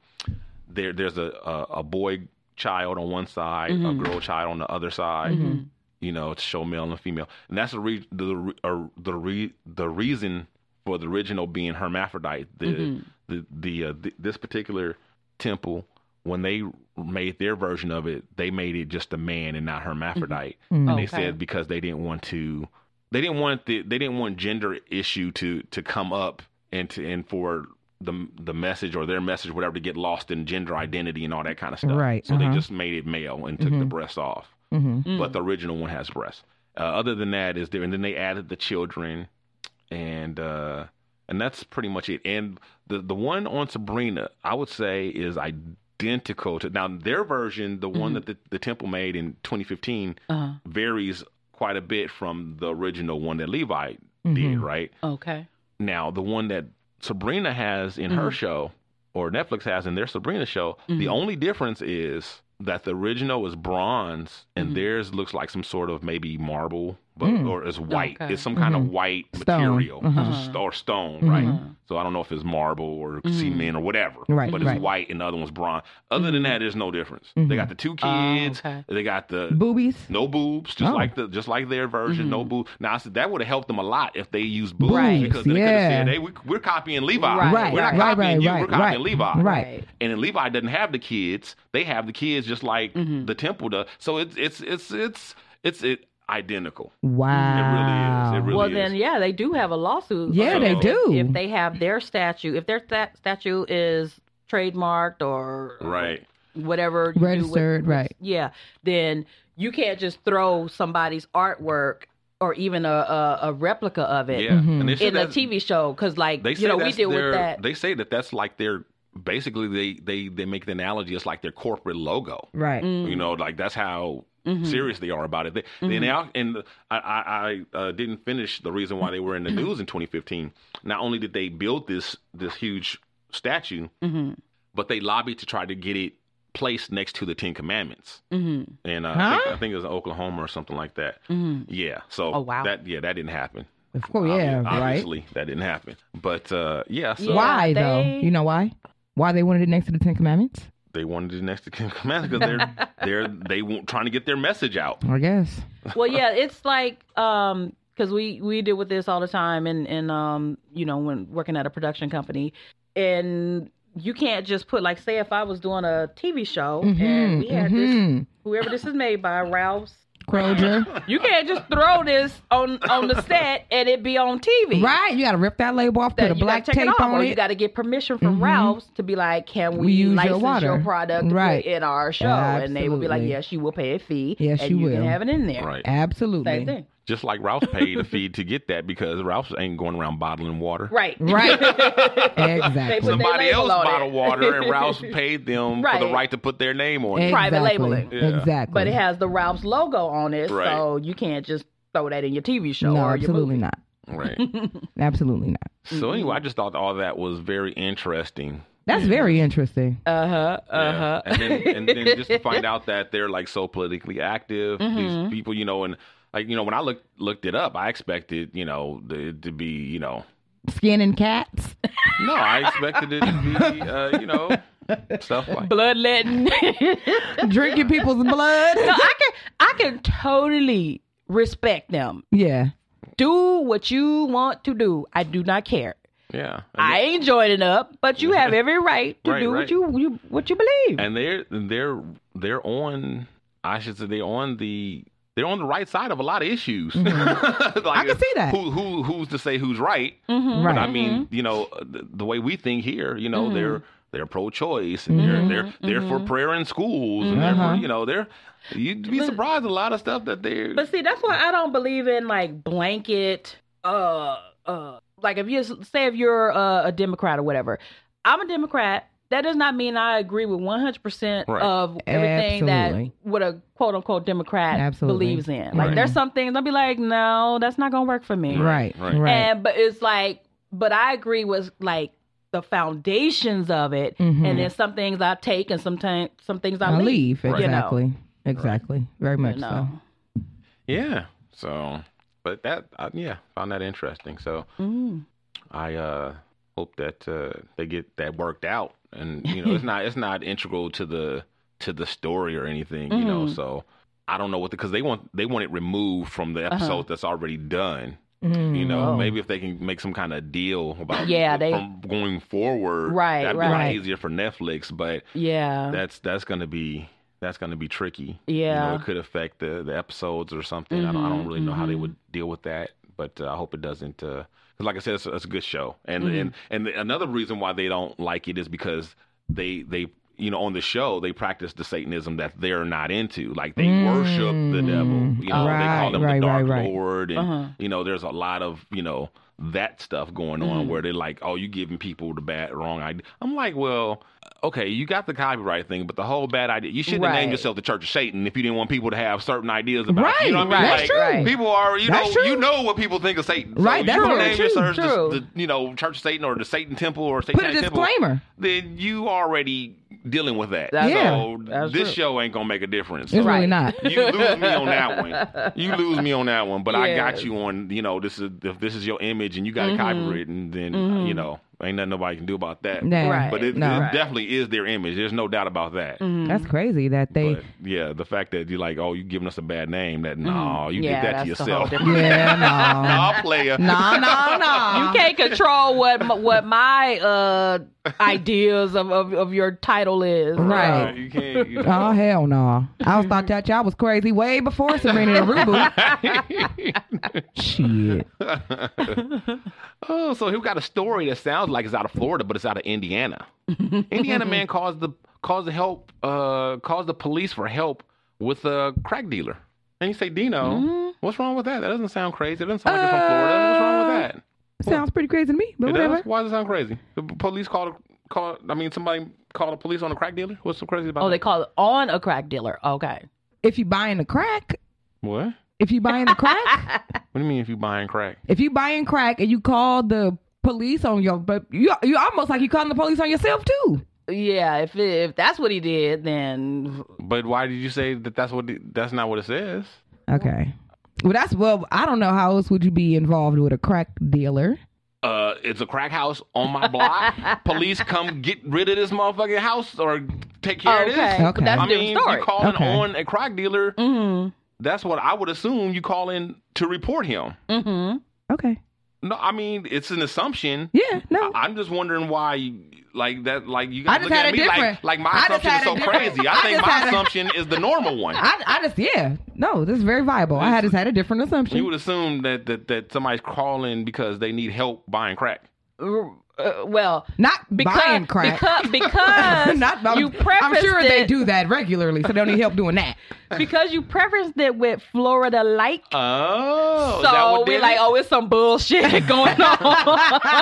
there there's a, a a boy child on one side,
Mhm.
a girl child on the other side.
Mhm.
You know, to show male and female, and that's the re- the re- uh, the re- the reason for the original being hermaphrodite. The
Mhm.
the the, uh, th- this particular temple when they made their version of it, they made it just a man and not hermaphrodite.
Mhm.
And they
Mm-hmm. Okay.
said because they didn't want to, they didn't want the, they didn't want gender issue to to come up and to and for the the message or their message whatever to get lost in gender identity and all that kind of stuff.
Right,
So they
uh-huh.
just made it male and took the
Mhm.
breasts off.
Mm-hmm.
Mm.
But the original one has breasts. Uh, other than that, is there? And then they added the children, and uh, and that's pretty much it. And the the one on Sabrina, I would say, is identical to now their version. The
Mm-hmm.
one that the, the temple made in 2015
Uh,
varies quite a bit from the original one that Levi
Mm-hmm.
did. Right
okay.
now, the one that Sabrina has in
Mm-hmm.
her show, or Netflix has in their Sabrina show, the only difference is that the original is bronze
Mm-hmm.
and theirs looks like some sort of maybe marble, but or it's white.
Okay.
It's some kind of white
Mm. Mm-hmm. Stone.
material
Uh-huh.
St- or stone, right? So I don't know if it's marble or cement or whatever,
Mm-hmm. Right,
but it's
right. Mm-hmm.
white and the other one's bronze. Other than that, there's no difference. They got the two
Oh,
kids,
okay.
they got the
Boobies.
no boobs, just
Oh.
like the just like their version, no boob. Now I said that would have helped them a lot if they used boobs
Mm-hmm. Right.
because then they could have
Yeah.
said, "Hey, we, we're copying Levi.
Right,
Right,
we're not
right,
copying
right,
you.
right,
we're copying
right,
Levi."
right.
And then Levi doesn't have the kids; they have the kids just like
Mm-hmm.
the temple does. So it's it's it's it's it's it identical.
Wow.
It really is. It really
well,
is.
then, yeah, they do have a lawsuit.
Yeah,
they
if-
do.
If they have their statue, if their sta- statue is trademarked or
right.
whatever you do with-
Registered, right.
yeah, then you can't just throw somebody's artwork or even a a, a replica of it
Yeah, and they say
in a
that's-
TV show because, like,
They say
you know, we
that's
deal
their-
with that.
They say that that's like their basically they they they make the analogy. It's like their corporate logo.
Right.
Mm.
You know, like that's how
Mm-hmm.
serious they are about it. They, they now, and the- I, I, I uh, didn't finish the reason why they were in the news in 2015. Not only did they build this this huge statue, but they lobbied to try to get it placed next to the Ten Commandments. Mm-hmm. And uh, I, think, I think it was in Oklahoma or something like that. Yeah. So
Oh, wow.
that yeah that didn't happen.
Of course, yeah,
Obvi-
right.
Obviously, that didn't happen. But uh, yeah, so
Why
Yeah,
though?
they-
You know why? Why they wanted it next to the Ten Commandments?
they wanted it next to Ten Commandments because they're they're they won't- trying to get their message out.
I guess.
well yeah it's like um because we we deal with this all the time and and um you know when working at a production company and you can't just put like say if i was doing a tv show and we had this
Mm-hmm.
whoever this is made by ralph's *laughs*
Kroger.
you can't just
*laughs*
throw this on on the set and it be on tv
right. You got to rip that label off, put
that
a
you
black
gotta take
tape
it off,
on
or
it.
you got to get permission from
Mhm.
Ralph's to be like, "Can we,
We use your
license your,
water.
product to put
Right.
in our show?" And they will be like,
Absolutely.
"Yes, you will pay a fee.
Yes,
and
you
you can
will."
have it in there."
Right.
Absolutely.
Same thing.
Just like Ralph paid a fee to get that because Ralph ain't going around bottling
*laughs*
water.
Right.
Right.
They
exactly.
put-
Somebody else
label on it.
bottled water and Ralph paid them for the
Right.
right to put their name on it.
private
Exactly.
labeling.
Yeah.
Exactly.
But it has the Ralph's logo on it,
Right.
so you can't just throw that in your TV show
no,
or your
absolutely
movie.
not.
*laughs*
Right.
Absolutely not.
So anyway, I just thought all that was very interesting.
That's very interesting.
Uh huh. Uh
Yeah.
huh.
And then and then just to
*laughs*
find out that they're like so politically active,
Mm-hmm.
these people, you know, and like you know, when I looked looked it up, I expected you know the, to be you know
Skin and
*laughs*
cats.
no, I expected it to be uh, you know stuff like
Bloodletting. *laughs* no,
Drinking
*laughs*
people's blood.
I can I can totally respect them.
yeah.
Do what you want to do. I do not care.
yeah. And
I ain't joining up, but you
*laughs*
have every right to
Right,
do
right.
what you, you what you believe.
and they're they're they're on i should say they're on the they're on the right side of a lot of issues.
Mm-hmm.
*laughs*
I can see that.
Who, who, who's to say who's right?
Mm-hmm.
Mhm.
But I
Right.
mean, you know, uh, the, the way we think here, you know,
Mm-hmm.
they're they're pro-choice and they're they're they're for prayer in schools and they're
Mm-hmm.
for, you know they're you'd be surprised at a lot of stuff that they're
But see, that's why I don't believe in like blanket uh uh like if you say if you're uh, a Democrat or whatever. I'm a Democrat. That does not mean I agree with 100%
Right.
of everything
Absolutely.
that what a quote unquote Democrat
Absolutely.
believes in. Like
Right.
there's some things I'll be like, no, that's not gonna work for me.
Right, Right. right.
And but it's like, but I agree with like the foundations of it,
Mhm.
and then some things I take and sometimes some things I,
I leave.
you know.
Exactly. Exactly. Very much
know.
yeah so but that I, yeah found that interesting so
Mm.
I uh, hope that uh, they get that worked out, and you know, it's not it's not integral to the to the story or anything, you know.
Mhm.
So I don't know what because they want they want it removed from the
Uh-huh.
episode that's already done.
so.
You
Mm.
know,
Oh.
maybe if they can make some kind of deal
*laughs*
about
Yeah, they-
from going forward,
Right,
that'd be a lot
right.
easier for Netflix. But
yeah.
that's that's gonna be that's gonna be tricky. you
Yeah.
know, it could affect the, the episodes or something. I don't I
Mhm,
Mm-hmm,
don't really know how they would deal with that, but uh, I hope it doesn't. Because like I said, it's, a- it's a good show, and
Mm-hmm.
Mhm.
and and the- another reason why they don't like it is because they they you know on the show they practice the Satanism that they're not into. Like they worship the devil. You know, they
Mm. Right,
call him
right,
the Dark
right, right.
Lord, and
Uh-huh.
you know, there's a lot of you know that stuff going on
Mhm.
where they're like, oh, you giving people the bad wrong idea. I'm like, well, okay, you got the copyright thing, but the whole bad idea. You shouldn't have
Right.
named yourself the Church of Satan if you didn't want people to have certain ideas about.
Right,
you know what I mean?
right,
like,
that's true.
People are, you
That's
know,
true.
you know what people think of Satan. So
Right,
if
that's
you don't
true,
name
true,
yourself
true.
The, the, you know, Church of Satan or the Satan Temple or Satan
Put a
Temple.
disclaimer.
Then you already dealing with oh, that.
That's- Yeah.
So
That's
this
true.
show ain't gonna make a difference.
It's really Right. not.
You lose me on that one. You lose me on that one. But
*laughs*
I got
Yes.
you on. You know, this is if this is your image and you got it
Mhm.
copyrighted, and then uh,
Mhm.
you know. Ain't nothing nobody can do about that.
Nah. Right.
But it,
No.
it
Right.
definitely is their image. There's no doubt about that.
That's crazy that they.
But yeah, the fact that you're like, oh, you giving us a bad name. That no, you
Yeah,
did that to
that's a whole
yourself.
*laughs*
different-
Yeah, no.
nah, player.
Nah, nah, nah.
*laughs* You can't control what m- what my uh ideas of, of, of your title is.
*laughs*
Right.
You can't. You
Oh hell no! I was thought that y'all was crazy way before Serena
*laughs*
and Rubu. Shit.
oh, so he got a story that sounds like it's out of Florida, but it's out of
*laughs*
Indiana. Indiana man calls the calls the help uh calls the police for help with a crack dealer. And you say, Dino,
Mm-hmm.
what's wrong with that? That doesn't sound crazy. It doesn't sound like it's from Florida. What's wrong with that?
Sounds pretty crazy to me, but
It does?
Uh, whatever.
Why does it sound crazy? The police called a call. I mean, somebody called the police on a crack dealer. What's so crazy about?
Oh,
that?
they call it on a crack dealer. Okay.
If you buying the crack,
What?
if you buying the crack,
What do you mean if you buying crack?
if you buying crack and you call the police on your, but you you almost like you calling the police on yourself too.
Yeah, if it, if that's what he did, then
But why did you say that? That's what. it- That's not what it says.
Okay. Well, that's well. I don't know how else would you be involved with a crack dealer.
Uh, it's a crack house on my block.
*laughs*
Police come get rid of this motherfucking house or take care of
Okay,
this.
but Okay. that's
I
a different
mean,
story.
you calling
Okay. Mm-hmm.
on a crack dealer. That's what I would assume you call in to report him.
mm-hmm.
Okay.
No, I mean it's an assumption.
Yeah, no.
I, am just wondering why, you- like that, like you
I
guys
just
look
had
at
a
me
different-
like, like my
I just
assumption is
had a
so
different-
crazy. I,
I
think
just
my
had a-
assumption is the normal one.
*laughs* I I just yeah no this is very viable. I had just had a different
you
assumption.
would assume that, that that somebody's calling because they need help buying crack.
uh, well,
Not
because
buying crack.
because,
*laughs*
because
Not- I'm,
you prefaced
I'm sure they
it-
do that regularly, so they don't need help doing that.
because you prefaced it with Florida like.
Oh, is that
so
what
we
did
like,
it?
oh, it's some bullshit *laughs* going
*laughs*
on.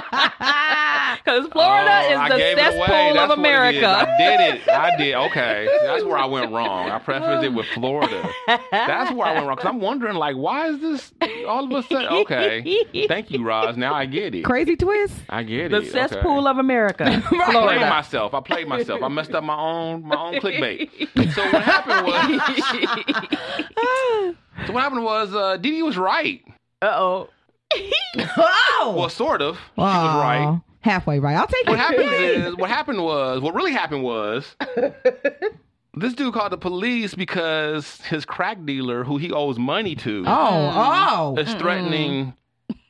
Because Florida
Oh, I
is the
gave it away.
cesspool
That's
of
what it is.
America.
I did it. I did. Okay, that's where I went wrong. I prefaced it with Florida. That's where I went wrong. Cause I'm wondering, like, why is this all of a
*laughs*
sudden? Okay, thank you, Roz. Now I get it.
Crazy twist.
I get
The
it.
cesspool
*laughs*
of America. *laughs*
I played
Florida.
myself. I played myself. I messed up my own my own
*laughs*
clickbait. So what happened was, so what happened was, uh, Didi was right.
Uh oh.
Well, sort of. She was
Aw,
right.
Halfway right. I'll take
what
it.
happens
Yay.
is what happened was what really happened
*laughs*
was this dude called the police because his crack dealer who he owes money to
Oh, oh.
is threatening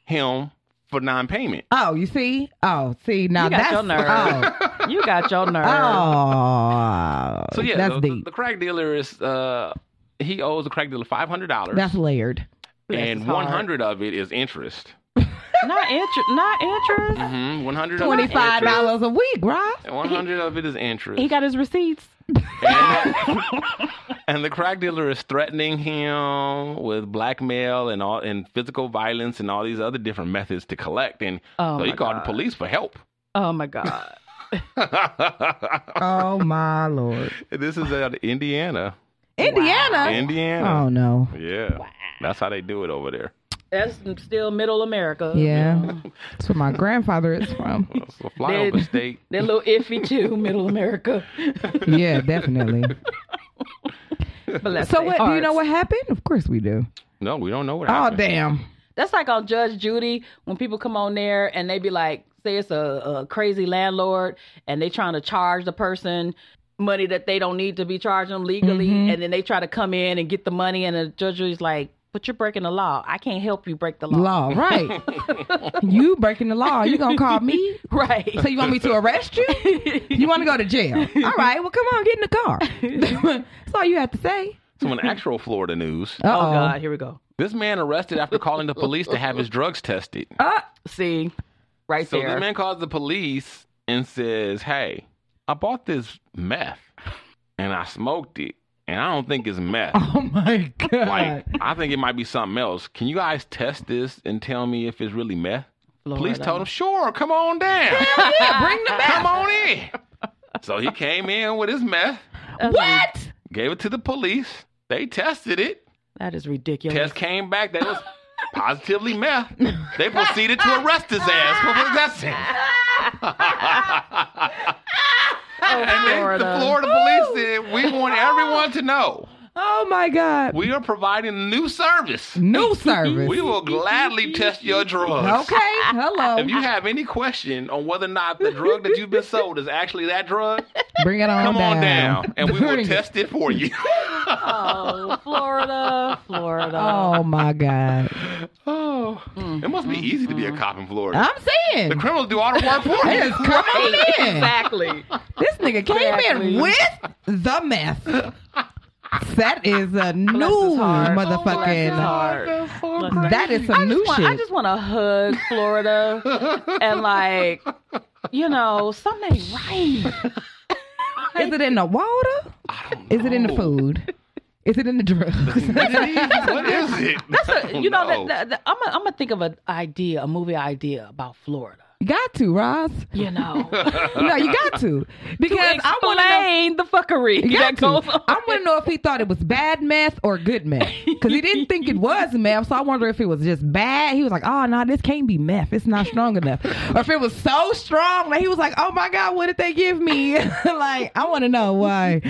him for non-payment
Oh, you see? Oh, see now
You got
that's
your nerve. You got your nerve.
Oh, oh
so yeah
that's
the,
deep.
the crack dealer is uh he owes a crack dealer five hundred dollars,
That's layered.
and one hundred of it is interest.
not interest. Not interest.
Mm-hmm. One hundred.
Twenty five dollars a week, right?
*laughs* One hundred of it is interest.
He got his receipts.
and *laughs* the crack dealer is threatening him with blackmail and all and physical violence and all these other different methods to collect. And
Oh
so he
my
called
God.
the police for help.
Oh my god.
Oh my lord.
*laughs* this is out of Indiana.
Indiana.
Indiana.
Oh no.
Yeah. That's how they do it over there.
That's still middle America.
Yeah. That's where my grandfather
*laughs*
is from.
It's a flyover
They-
state.
They're a little iffy too, middle America. *laughs*
yeah, definitely.
Bless
So
their
what do you know
hearts.
what happened? Of course we do.
No, we don't know what
Oh
happened.
damn.
That's like on Judge Judy when people come on there and they be like, say it's a, a crazy landlord and they trying to charge the person money that they don't need to be charging them legally, and then they try to come in and get the money, and the judge is like, "But you're breaking the law. I can't help you break the law."
Law,
*laughs*
right. you breaking the law. You gonna call me?
*laughs* *laughs* Right.
So you want me to arrest you? You wanna go to jail. All right, well come on, get in the car. *laughs* That's all you have to say.
So in actual Florida news,
Uh-oh.
oh God, here we go.
this man arrested after calling the police to have his drugs tested.
Oh,
See, right
So
there.
this man calls the police and says, "Hey, I bought this meth and I smoked it, and I don't think it's meth.
Oh
*laughs*
my god.
Like I think it might be something else. Can you guys test this and tell me if it's really meth?" Police told him, "Sure, come on down,
*laughs* yeah, bring the back.
come on in." So he came in with his meth,
*laughs* What?
gave it to the police. They tested it.
that is ridiculous.
Test came back that it was positively meth. They proceeded to arrest his ass for possessing.
Oh,
and then the Florida police said, "We want everyone to know
Oh my god.
we are providing a new service.
New service.
We will gladly test your drugs."
Okay, hello.
If you have any question oh, on whether or not the drug that you've been sold is actually that drug,
Bring it on
come
down.
on down and we will
Bring it.
test it for you.
oh, Florida, Florida.
Oh my god.
oh, *laughs* it must be easy to be a cop in Florida.
I'm saying.
The criminals do all the *laughs* work for you.
Yes, come on in.
Exactly.
This nigga came in
Exactly.
with the meth. That is a new Oh motherfucking. that is some
I
new
just, want,
shit.
I just want to hug Florida and like, you know, something
*laughs*
ain't right.
is it in the water? Is it in the food? Is it in the *laughs* drugs?
what is it? I don't
You know, that, that, that, I'm gonna I'm gonna think of an idea, a movie idea about Florida.
got to,
*laughs*
Ross.
You *laughs* know,
No, you got to because I want to know.
explain the fuckery *laughs*
You
that
got to.
goes on.
I want to know if he thought it was bad meth or good meth because he didn't think it was meth. So I wonder if it was just bad. He was like, "Oh no, this can't be meth. It's not strong enough." Or if it was so strong that he was like, "Oh my god, what did they give me?" *laughs* like I want to know why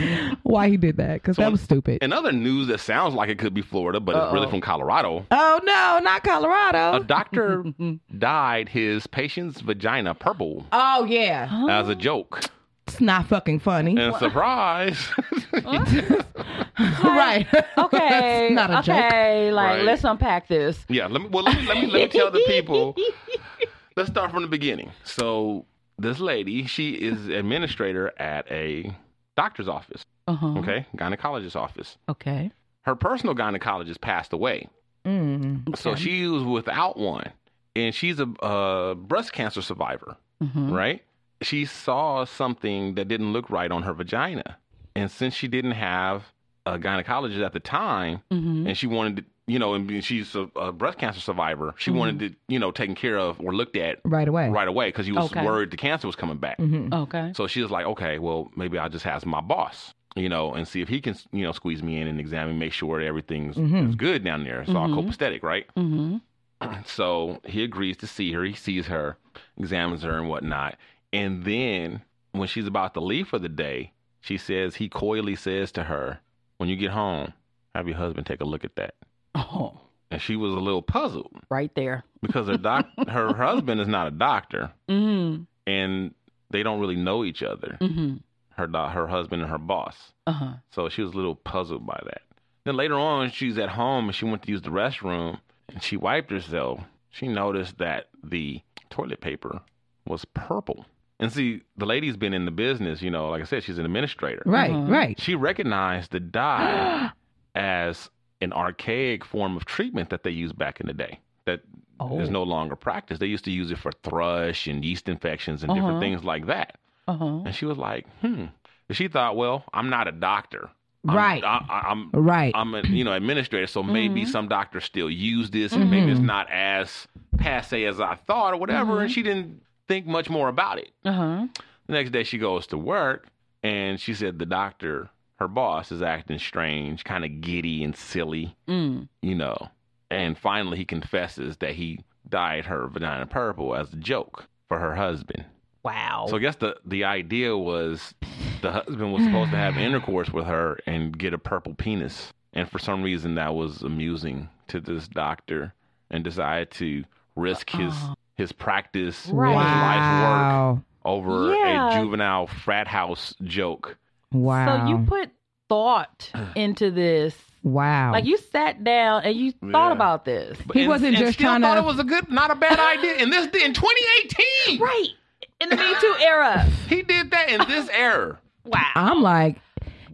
why he did that because that was stupid.
Another news that sounds like it could be Florida, but it's really from Colorado.
oh no, not
A
Colorado.
doctor dyed his patient's vagina purple
oh yeah,
as a joke.
it's not fucking funny,
And surprise,
*laughs* right?
*laughs*
*laughs*
Okay,
it's not a joke.
okay, like
Right.
let's unpack this.
Yeah, let me well let me let me, let me tell the
*laughs*
people. Let's start from the beginning. So this lady, she is administrator at a doctor's office,
Uh
Uh-huh.
huh.
okay, gynecologist office.
Okay.
Her personal gynecologist passed away,
Mm.
so she was without one, and she's a uh, breast cancer survivor,
Mhm.
right? She saw something that didn't look right on her vagina, and since she didn't have a gynecologist at the time,
Mm-hmm.
and she wanted to, you know, and being- she's a, a breast cancer survivor. She wanted to, you know, taken care of or looked at
Right away.
right away because she was
Okay.
worried the cancer was coming back.
Mhm.
Okay.
So she was like, okay, well, maybe I'll just ask my boss, you know, and see if he can, you know, squeeze me in and examine, make sure that everything's
Mhm.
is good down there. It's all copacetic, right?
Mm-hmm.
So he agrees to see her. He sees her, examines her and whatnot. *laughs* And then when she's about to leave for the day, she says, he coyly says to her, when you get home, have your husband take a look at that
Oh,
and she was a little puzzled
right there.
because her *laughs* doc her husband is not a doctor
Mm-hmm.
and they don't really know each other
Mm-hmm.
her do- her husband and her boss
Uh huh.
so she was a little puzzled by that then later on she was at home and she went to use the restroom and she wiped herself she noticed that the toilet paper was purple and see the lady's been in the business you know like i said she's an administrator
Right,
Uh-huh.
right.
she recognized the dye *gasps* as an archaic form of treatment that they used back in the day that
Oh.
is no longer practiced. They used to use it for thrush and yeast infections and different
Uh-huh.
things like that.
Uh-huh.
And she was like, hmm. And she thought, well, I'm not a doctor. I'm-
Right.
I, I, I'm
Right.
I'm an you know administrator, so maybe some doctors still use this, and maybe it's not as passe as I thought or whatever. And she didn't think much more about it.
Uh-huh.
The next day she goes to work and she said the doctor, her boss, is acting strange, kind of giddy and silly,
Mm.
you know. And finally he confesses that he dyed her vagina purple as a joke for her husband.
Wow.
So I guess the, the idea was the husband was supposed to have intercourse with her and get a purple penis. And for some reason that was amusing to this doctor and decided to risk his his practice,
Right.
his life work
Wow.
over
Yeah.
a juvenile frat house joke.
Wow.
So you put
*sighs*
thought into this.
wow.
Like you sat down and you
Yeah.
thought about this.
But-
He wasn't just
still
trying
thought
to-
it was a good, not a bad idea. In this in 2018,
Right. In the Me Too
*laughs*
era.
he did that in
*laughs*
this era.
Wow.
I'm like,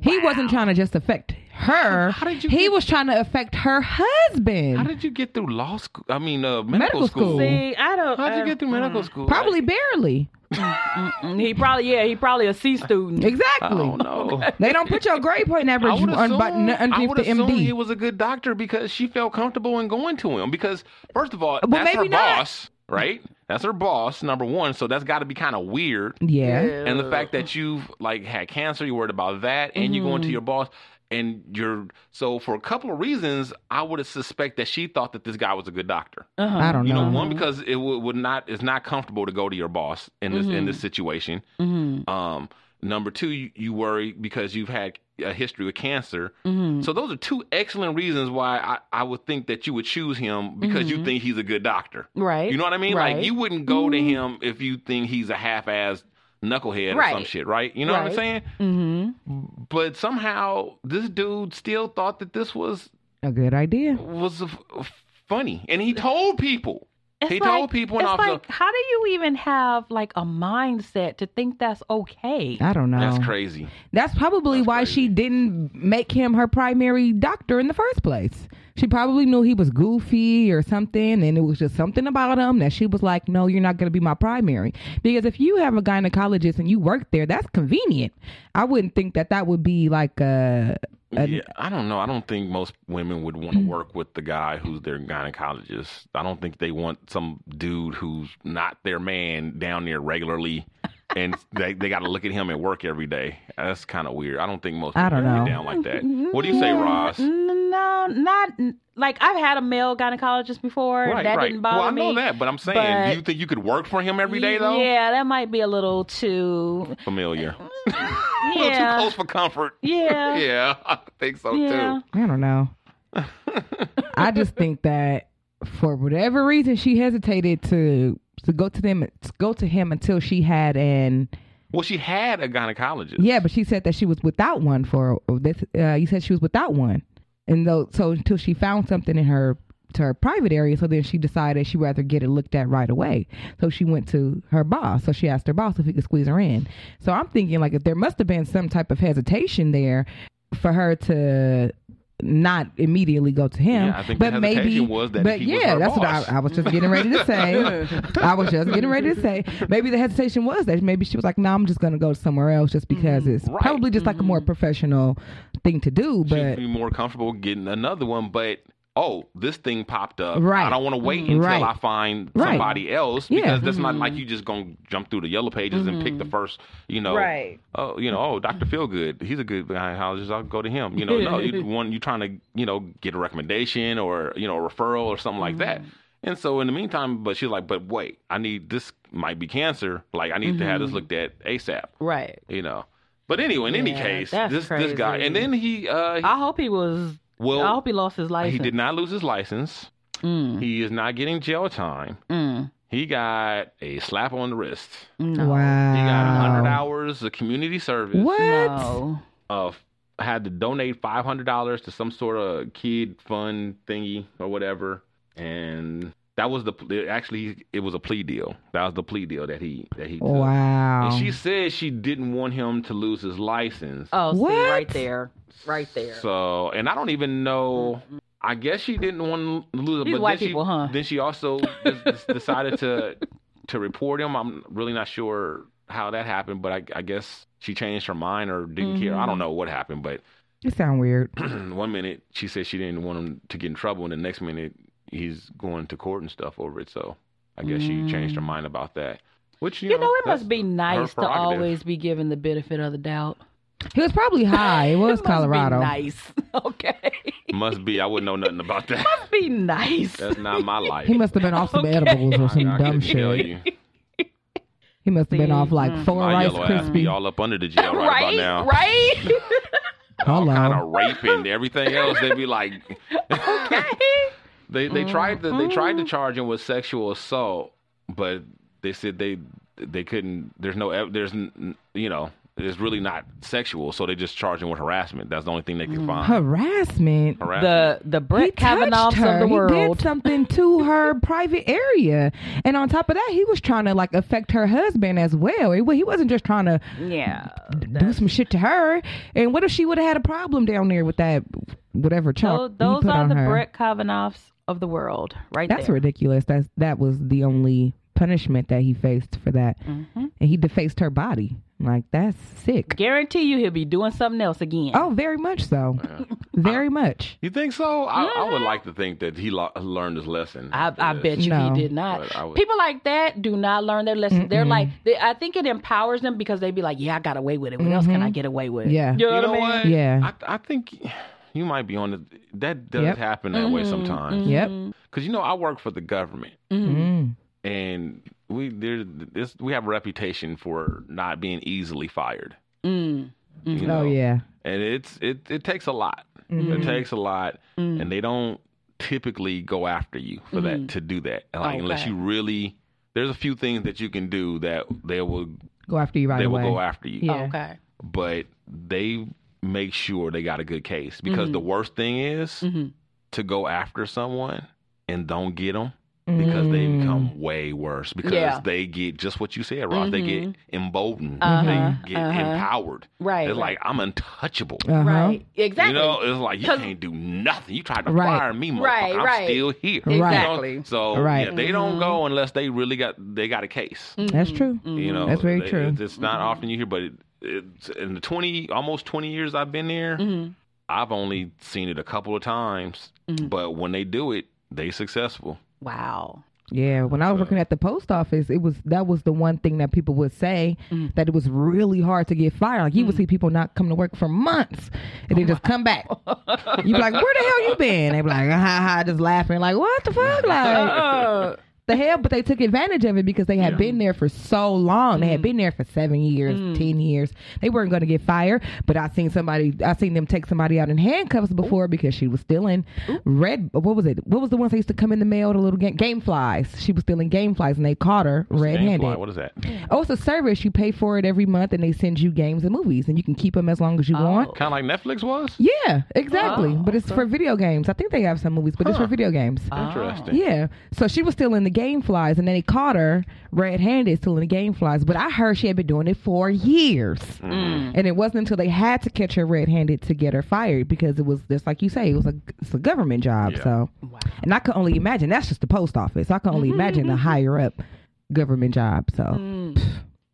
he wasn't trying to just affect her.
How did you
he
get-
was trying to affect her husband.
How did you get through law school? I mean, uh, medical,
Medical
school.
school. Mm.
See, I don't.
How'd you
I-
get through medical school?
Probably barely.
Mm, He probably, yeah, he probably a C student.
I
Exactly.
don't know.
They don't put your grade point
I
average
would
on, but,
assume, I
underneath
would
the
assume
MD.
he was a good doctor because she felt comfortable in going to him. Because first of all, that's her
maybe not.
boss, right? That's her boss, number one. So that's got to be kind of weird.
yeah.
and the fact that you've like had cancer, you're worried about that, and you're
Mm-hmm.
going to your boss, and you're so for a couple of reasons, I would suspect that she thought that this guy was a good doctor.
Uh-huh.
I don't
You
know.
know, one because it w- would not it's not comfortable to go to your boss in this in this situation.
Mm-hmm.
Um, number two, you, you worry because you've had a history with cancer.
Mm-hmm.
So those are two excellent reasons why I, I would think that you would choose him because you think he's a good doctor.
Right.
You know what I mean?
Mm-hmm. Right. Mm-hmm.
Like you wouldn't go to him if you think he's a half-assed knucklehead or some
Right.
shit, right? You know what I'm
Right.
saying?
Mm-hmm.
But somehow this dude still thought that this was
A good idea.
was f- f- funny, and he told people. he
It's like-
told people in
it's
office.
like, how do you even have like a mindset to think that's okay?
I don't know.
Oh.
That's crazy.
That's probably
That's
why
crazy.
she didn't make him her primary doctor in the first place. She probably knew he was goofy or something, and it was just something about him that she was like, No, you're not going to be my primary. Because if you have a gynecologist and you work there, that's convenient. I wouldn't think that that would be like uh, a. a
yeah, I don't know. I don't think most women would
Mm.
want to work with the guy who's their gynecologist. I don't think they want some dude who's not their man down there
*laughs*
regularly, and they they got to look at him at work every day. That's kind of weird. I don't think most
I
women
don't
would
know.
be down like
*laughs*
that. What do you
Mm.
say, Ross?
N- No, not like I've had a male gynecologist before.
Right,
that
right.
didn't bother
well, I know
me.
that, but I'm saying,
but-
do you think you could work for him every day though?
Yeah, that might be a little too. *laughs*
Familiar. A little too
Yeah.
close *laughs* for comfort.
Yeah.
Yeah, *laughs* I think
*laughs*
so
Yeah.
too.
I
*laughs*
don't know. I just think that for whatever reason she hesitated to to go to them to go to him until she had an
Well, she had a gynecologist.
yeah, but she said that she was without one for this. Uh, you said she was without one, and though so until she found something in her to her private area, so then she decided she'd rather get it looked at right away. So she went to her boss. So she asked her boss if he could squeeze her in. So I'm thinking like if there must have been some type of hesitation there for her to not immediately go to him
Yeah, I think
but
the hesitation
maybe
was that
but
he was
yeah
her
that's
boss.
what I, I was just getting ready to say i was just getting ready to say maybe the hesitation was that maybe she was like no i'm just gonna go somewhere else just
Mm-hmm.
because it's
Right.
probably just like a more professional thing to do
She'd
but
be more comfortable getting another one, but oh, this thing popped up.
Right. Mm-hmm.
I don't want to wait until
Right.
I find
Right.
somebody else
Yeah. Mm-hmm.
because that's not like you just gonna jump through the yellow pages and pick the first, you know,
Right.
oh, you know, oh, Doctor Feelgood, he's a good gynecologist. I'll go to him. You know, no,
*laughs*
you want you trying to, you know, get a recommendation or you know, a referral or something like
Mm-hmm.
that. And so in the meantime, but she's like, but wait, I need this might be cancer. Like I need to have this
Mm-hmm.
looked at ASAP.
Right.
You know. But anyway, in any
Yeah,
case,
that's
this this guy,
crazy.
and then he uh, he
I hope he was.
well,
I hope he lost his license.
he did not lose his license.
Mm,
He is not getting jail time.
mm,
He got a slap on the wrist.
no.
wow
He got 100 hours of community service.
what
No.
Of had to donate $500 to some sort of kid fund thingy or whatever. And That was the actually it was a plea deal. That was the plea deal that he that he. Took.
Wow.
And she said she didn't want him to lose his license.
Oh, what? see right there, right there.
So, and I don't even know. I guess she didn't want to lose it.
These
but
white
then
people,
she,
huh?
Then she
*laughs*
also just decided to to report him. I'm really not sure how that happened, but I, I guess she changed her mind or didn't care.
Mm-hmm.
I don't know what happened, but *clears throat*
It sound weird.
one minute she said she didn't want him to get in trouble, and the next minute he's going to court and stuff over it. So I guess
Mm.
she changed her mind about that. Which you,
You know, it
that's
must be nice to
prerogative.
always be given the benefit of the doubt.
He was probably
*laughs*
high. It was
Must be
Colorado.
nice. *laughs* Okay.
must be. I wouldn't know nothing
*laughs*
about that.
Be nice.
That's not my life.
He must have been off some edibles or some
I couldn't
dumb
tell
shit.
you.
He must have been off
mm.
like four
My
Rice
yellow ass be
Krispies.
all up under the jail right, about now. *laughs*
Right?
Hello.
kind of rape and everything else. They'd be like, *laughs* they they tried to they tried to charge him with sexual assault, but they said they they couldn't. There's no ev- there's n- you know it's really not sexual, so they just charged him with harassment. That's the only thing they could find. Harassment.
Harassment.
Mm-hmm. The the
He
Brett Kavanaugh
touched
of
her.
the
He
world.
did something to
*laughs*
her private area, and on top of that, he was trying to like affect her husband as well. He, wa- he wasn't just trying to
yeah.
do some shit to her. And what if she would have had a problem down there with that whatever
Tho-
chalk he
those
put
are
on
the
her?
Brett Kavanaughs of the world, right
That's
there.
ridiculous. That's that was the only punishment that he faced for that,
Mm-hmm.
and he defaced her body. Like that's sick.
Guarantee you he'll be doing something else again.
Oh, very much so. Very much.
You think so? I, I would like to think that he lo- learned his lesson.
I, I bet you
No.
he did not.
But I would-
People like that do not learn their lesson. They're like, they, I think it empowers them because they be like, yeah, I got away with it. What else can I get away with?
Mm-hmm. Yeah.
You know,
You
what
know
I mean?
what?
Yeah.
I, I think you might be on the. That does
Yep.
happen that way sometimes.
Yep.
Mm.
Because you know, I work for the government,
Mm-hmm.
Mm.
and we there this we have a reputation for not being easily fired. Mm. You know?
Oh yeah. Mm-hmm.
and it's it it takes a lot. It takes a lot, and they don't typically go after you for that to do that. Like unless you really, there's a few things that you can do that they will
Go after you right
they will
away.
go after you
Yeah.
Okay.
but they make sure they got a good case because
Mm-hmm.
the worst thing is to go after someone and don't get them because they become way worse because
Mm. Yeah. Mm-hmm.
they get just what you said, Ross. They get emboldened, they get empowered.
Uh-huh. Right,
it's
right.
like I'm untouchable.
Uh-huh.
Right. Exactly.
You know, it's like you
'Cause-
can't do nothing. You tried to
Right.
fire me, motherfucker.
Right,
I'm
right.
still here.
Right.
Exactly. Mm-hmm.
You know? So
Right.
yeah, they don't go unless they really got they got a case.
That's true.
You know,
That's very
they-
true.
It's, it's not often you hear, but it, it's in the twenty, almost twenty years I've been there, I've only seen it a couple of times. But when they do it, they successful.
Wow.
Yeah, when I was working at the post office, it was that was the one thing that people would say that it was really hard to get fired. Like you would see people not come to work for months and then just come back. You'd be like, "Where the hell you been?" They'd be like, "Ha ha," just laughing, like, "What the fuck?"
Uh-uh.
Like the hell, but they took advantage of it because they had been there for so long. They
Mm.
had been there for seven years, ten years. They weren't going to get fired. But I seen somebody, I seen them take somebody out in handcuffs before because she was stealing red. What was it? What was the ones that used to come in the mail? The little game, game flies. She was stealing game flies, and they caught her
Gamefly,
red-handed.
what is that?
Oh, it's a service. You pay for it every month, and they send you games and movies, and you can keep them as long as you want.
Kind of like Netflix was.
Yeah, exactly. but it's for video games. I think they have some movies, but it's for video games.
Interesting.
Yeah. So she was still in the game flies, and then they caught her red handed still in the game flies. But I heard she had been doing it for years. And it wasn't until they had to catch her red handed to get her fired because it was just like you say, it was a, it's a government job. So, and I could only imagine that's just the post office. I can only imagine the higher up government job. So, pff,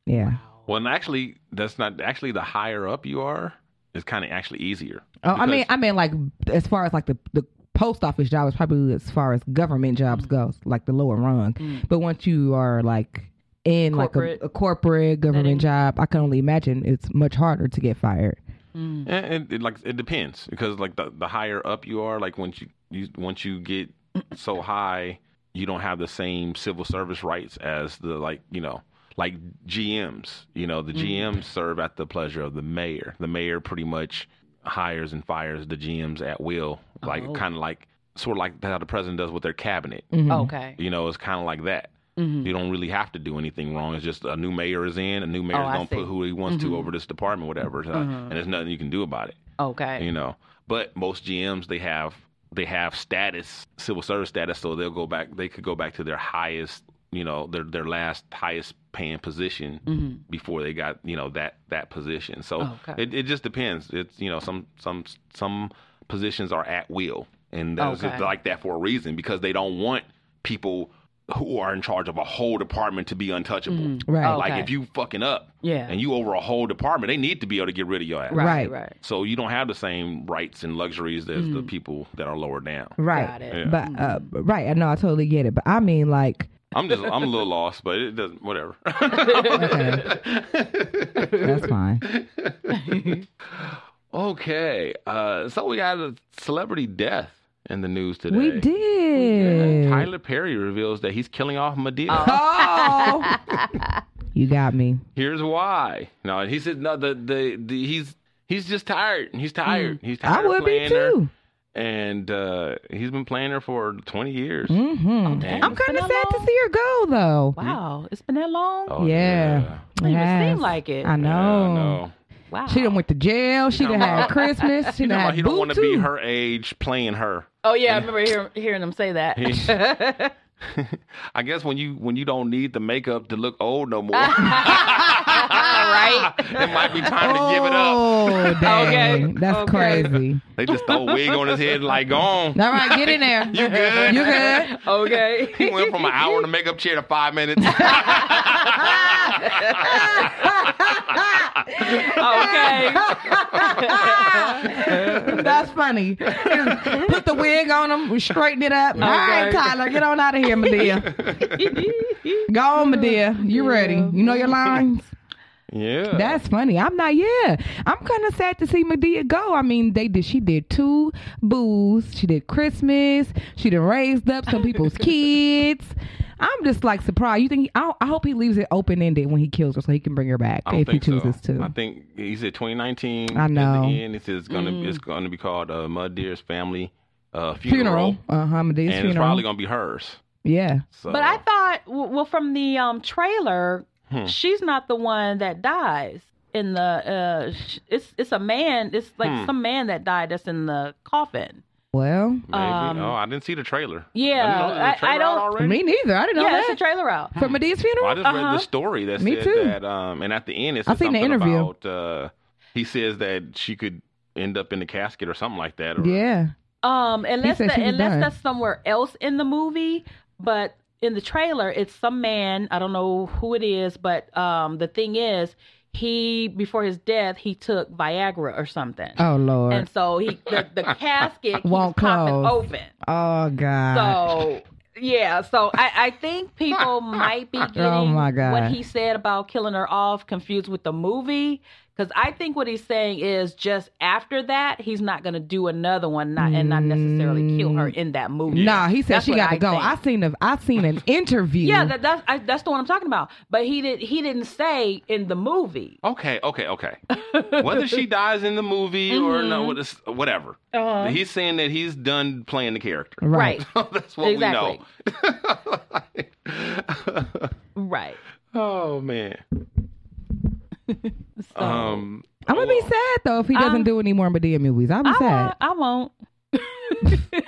yeah.
Well, and actually, that's not actually the higher up you are, it's kind of actually easier.
Oh, I mean,
Because-
I mean, like as far as like the the post office job is probably as far as government jobs goes, like the lower rung. But once you are like in
Corporate.
like a, a corporate government job, I can only imagine it's much harder to get fired.
And, and Eh, it, like it depends because like the, the higher up you are, like once you, you once you get so high, you don't have the same civil service rights as the like you know like GMs. You know the GMs serve at the pleasure of the mayor. The mayor pretty much hires and fires the GMs at will, like kind of like sort of like how the president does with their cabinet.
Mm-hmm.
Okay.
You know, it's kind of like that.
Mm-hmm.
You don't really have to do anything wrong. It's just a new mayor is in, a new mayor's
Oh, I
gonna
see. Mm-hmm.
put who he wants to over this department, whatever, so- and there's nothing you can do about it.
Okay.
You know, but most GMs they have they have status, civil service status, so they'll go back. They could go back to their highest, you know, their their last highest paying position
Mhm.
before they got you know that that position. So
Oh, Okay.
it it just depends. It's you know some some some positions are at will, and that's just
Okay.
like that for a reason because they don't want people who are in charge of a whole department to be untouchable.
Mm. Right.
Like
Okay.
if you fucking up,
Yeah.
and you over a whole department, they need to be able to get rid of your ass.
Right, Right. right.
So you don't have the same rights and luxuries as the people that are lower down.
Mm. Right.
Yeah.
But uh, right, I know I totally get it. But I mean like
I'm just I'm a little lost, but it doesn't whatever. *laughs*
that's fine.
okay. Uh so we got a celebrity death in the news today.
We did.
Tyler Perry reveals that he's killing off Medea.
Oh. you got me.
*laughs* Here's why. No, and he said no. The the, the he's he's just tired. He's tired. He's
Mm. I
tired. of
would be
playing her.
too.
And uh, he's been playing her for 20 years.
hmm
Damn.
I'm kind of sad to see her go though.
Wow, it's been that long.
Oh,
yeah.
Doesn't even
Yes.
seem like it.
I know.
No.
Wow.
She done went to jail. She done had
*laughs*
Christmas. She
You
done
know,
had
he don't want to be
Boo, too.
her age playing her.
Oh yeah, I remember hear, hearing them say that.
*laughs*
*laughs*
I guess when you when you don't need the makeup to look old
*laughs*
no more, *laughs* it
right.
might be time to give it up. *laughs*
Oh, dang. That's crazy.
They just throw a wig on his head like gone.
All right, get
*laughs*
in there. you
good?
You good?
*laughs*
Okay.
He went from an hour in the makeup chair to five
*laughs*
minutes.
okay.
*laughs* That's
*laughs*
funny. Put the wig on him, straighten it up. All right, Tyler, get on out of here, Medea.
*laughs*
Go on, Medea. You ready? You know your lines.
*laughs* yeah.
That's funny. I'm not. Yeah, I'm kind of sad to see Medea go. I mean, they did. She did two booze. She did Christmas. She done raised up some people's
*laughs*
kids. I'm just like surprised. You think? He, I, I hope he leaves it open ended when he kills her, so he can bring her back
I don't
if he
think
chooses
so.
to.
I think he said 2019.
I know. Mm.
At the end, it says it's gonna it's gonna be called uh, Mud Deer's family uh, funeral,
funeral. Uh huh.
and
Medea's
it's probably
funeral.
gonna be hers.
yeah.
So,
But I thought, w- well, from the um trailer,
Hmm.
she's not the one that dies in the. uh sh- It's it's a man. It's like
Hmm.
some man that died that's in the coffin.
Well,
maybe.
um,
oh, I didn't see the trailer.
Yeah,
Oh, is the
I- I
trailer out
don't-
already?
me neither. I didn't know
yeah, it's a
that.
trailer out.
For Medea's
Well,
funeral.
I just read
Uh-huh.
the story that
Me
said
too.
that, um, and at the end, it
I
says
seen the
something
interview.
about uh, he says that she could end up in the casket or something like that. Or,
yeah.
Um, unless
said
that,
she was
unless
done.
that's somewhere else in the movie, but in the trailer, it's some man. I don't know who it is, but um, the thing is, he before his death, he took Viagra or something,
Oh Lord.
and so he the,
*laughs*
the casket
Won't
keeps popping
close.
open.
oh God. *laughs*
So yeah, so I, I think people might be getting
Oh, my God.
what he said about killing her off confused with the movie. Because I think what he's saying is just after that, he's not going to do another one not, and not necessarily kill her in that movie.
Mm. Nah, he said
That's
she
what
got to
I
go.
think.
I seen a, I seen an interview.
*laughs* yeah, that, that's I, that's the one I'm talking about. But he did he didn't say in the movie.
Okay, okay, okay. Whether she dies in the movie or no,
Mm-hmm.
what is- whatever.
Uh-huh.
Uh-huh.
He's saying that he's done playing the character. *laughs*
right.
That's what
Exactly.
we know. *laughs*
Right.
oh man.
So,
Um,
I'm gonna be sad though if he doesn't
I'm-
do any more Medea movies. I'll be
I
sad.
won't- I won't. *laughs*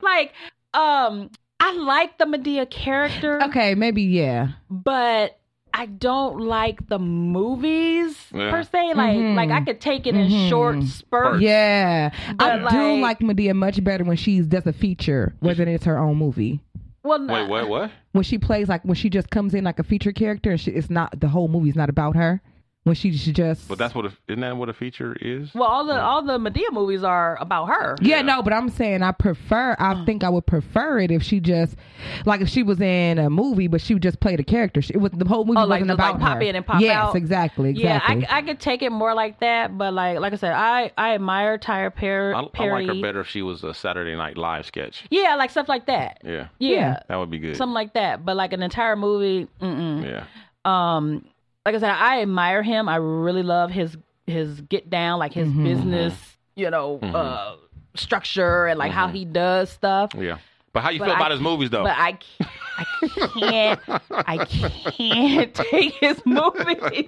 like, um, I like the Medea character,
Okay, maybe yeah.
but I don't like the movies
Yeah.
per se. Like,
Mhm.
like I could take it in short spurts.
Mm-hmm. Yeah.
But,
I do
like-
like Medea much better when she's just a feature, whether it's her own movie.
Well,
wait, what? What?
When she plays like when she just comes in like a feature character and she, it's not the whole movie's not about her. When she she just
But that's what a, isn't that what a feature is?
Well, all the all the Medea movies are about her.
yeah, no, but I'm saying I prefer.
*gasps*
I think I would prefer it if she just, like, if she was in a movie, but she just played a character. She, it was the whole movie
Oh, like
wasn't
the- like
about
pop
her.
in and pop
yes,
out?
exactly, exactly.
Yeah, I, I could take it more like that, but like like I said, I I admire Tyra Per-
I, I
Perry.
like her better if she was a Saturday Night Live sketch.
Yeah, like stuff like that.
Yeah,
Yeah,
that would be good.
something like that. But like an entire movie, mm-mm.
yeah.
um like i said i admire him i really love his his get down like his
Mm-hmm.
business you know
Mm-hmm.
uh structure and like how he does stuff
Yeah. But how you
But
feel
I-
about his movies, though?
but i c- I can't i can't *laughs* take his movie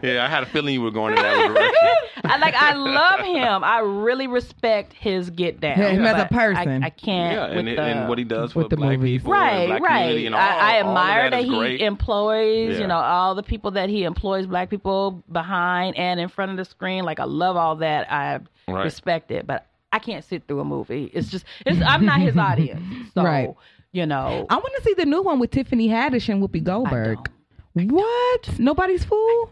yeah, I had a feeling you were going in that *laughs* direction.
I like I love him. I really respect his get down.
Him as a
but I-
person.
I, can't.
Yeah, and,
with
it-
the-
and what he does for
with the
black
movies.
people,
right,
and black
right.
community and all-
I, I
all of that
admire that,
is
he
great.
employs,
Yeah.
you know, all the people that he employs, black people behind and in front of the screen. Like I love all that. I
Right.
respect it, but I can't sit through a movie. It's just, it's I'm not his *laughs* audience. So,
Right.
you know,
I want to see the new one with Tiffany Haddish and Whoopi Goldberg. What? Nobody's fool.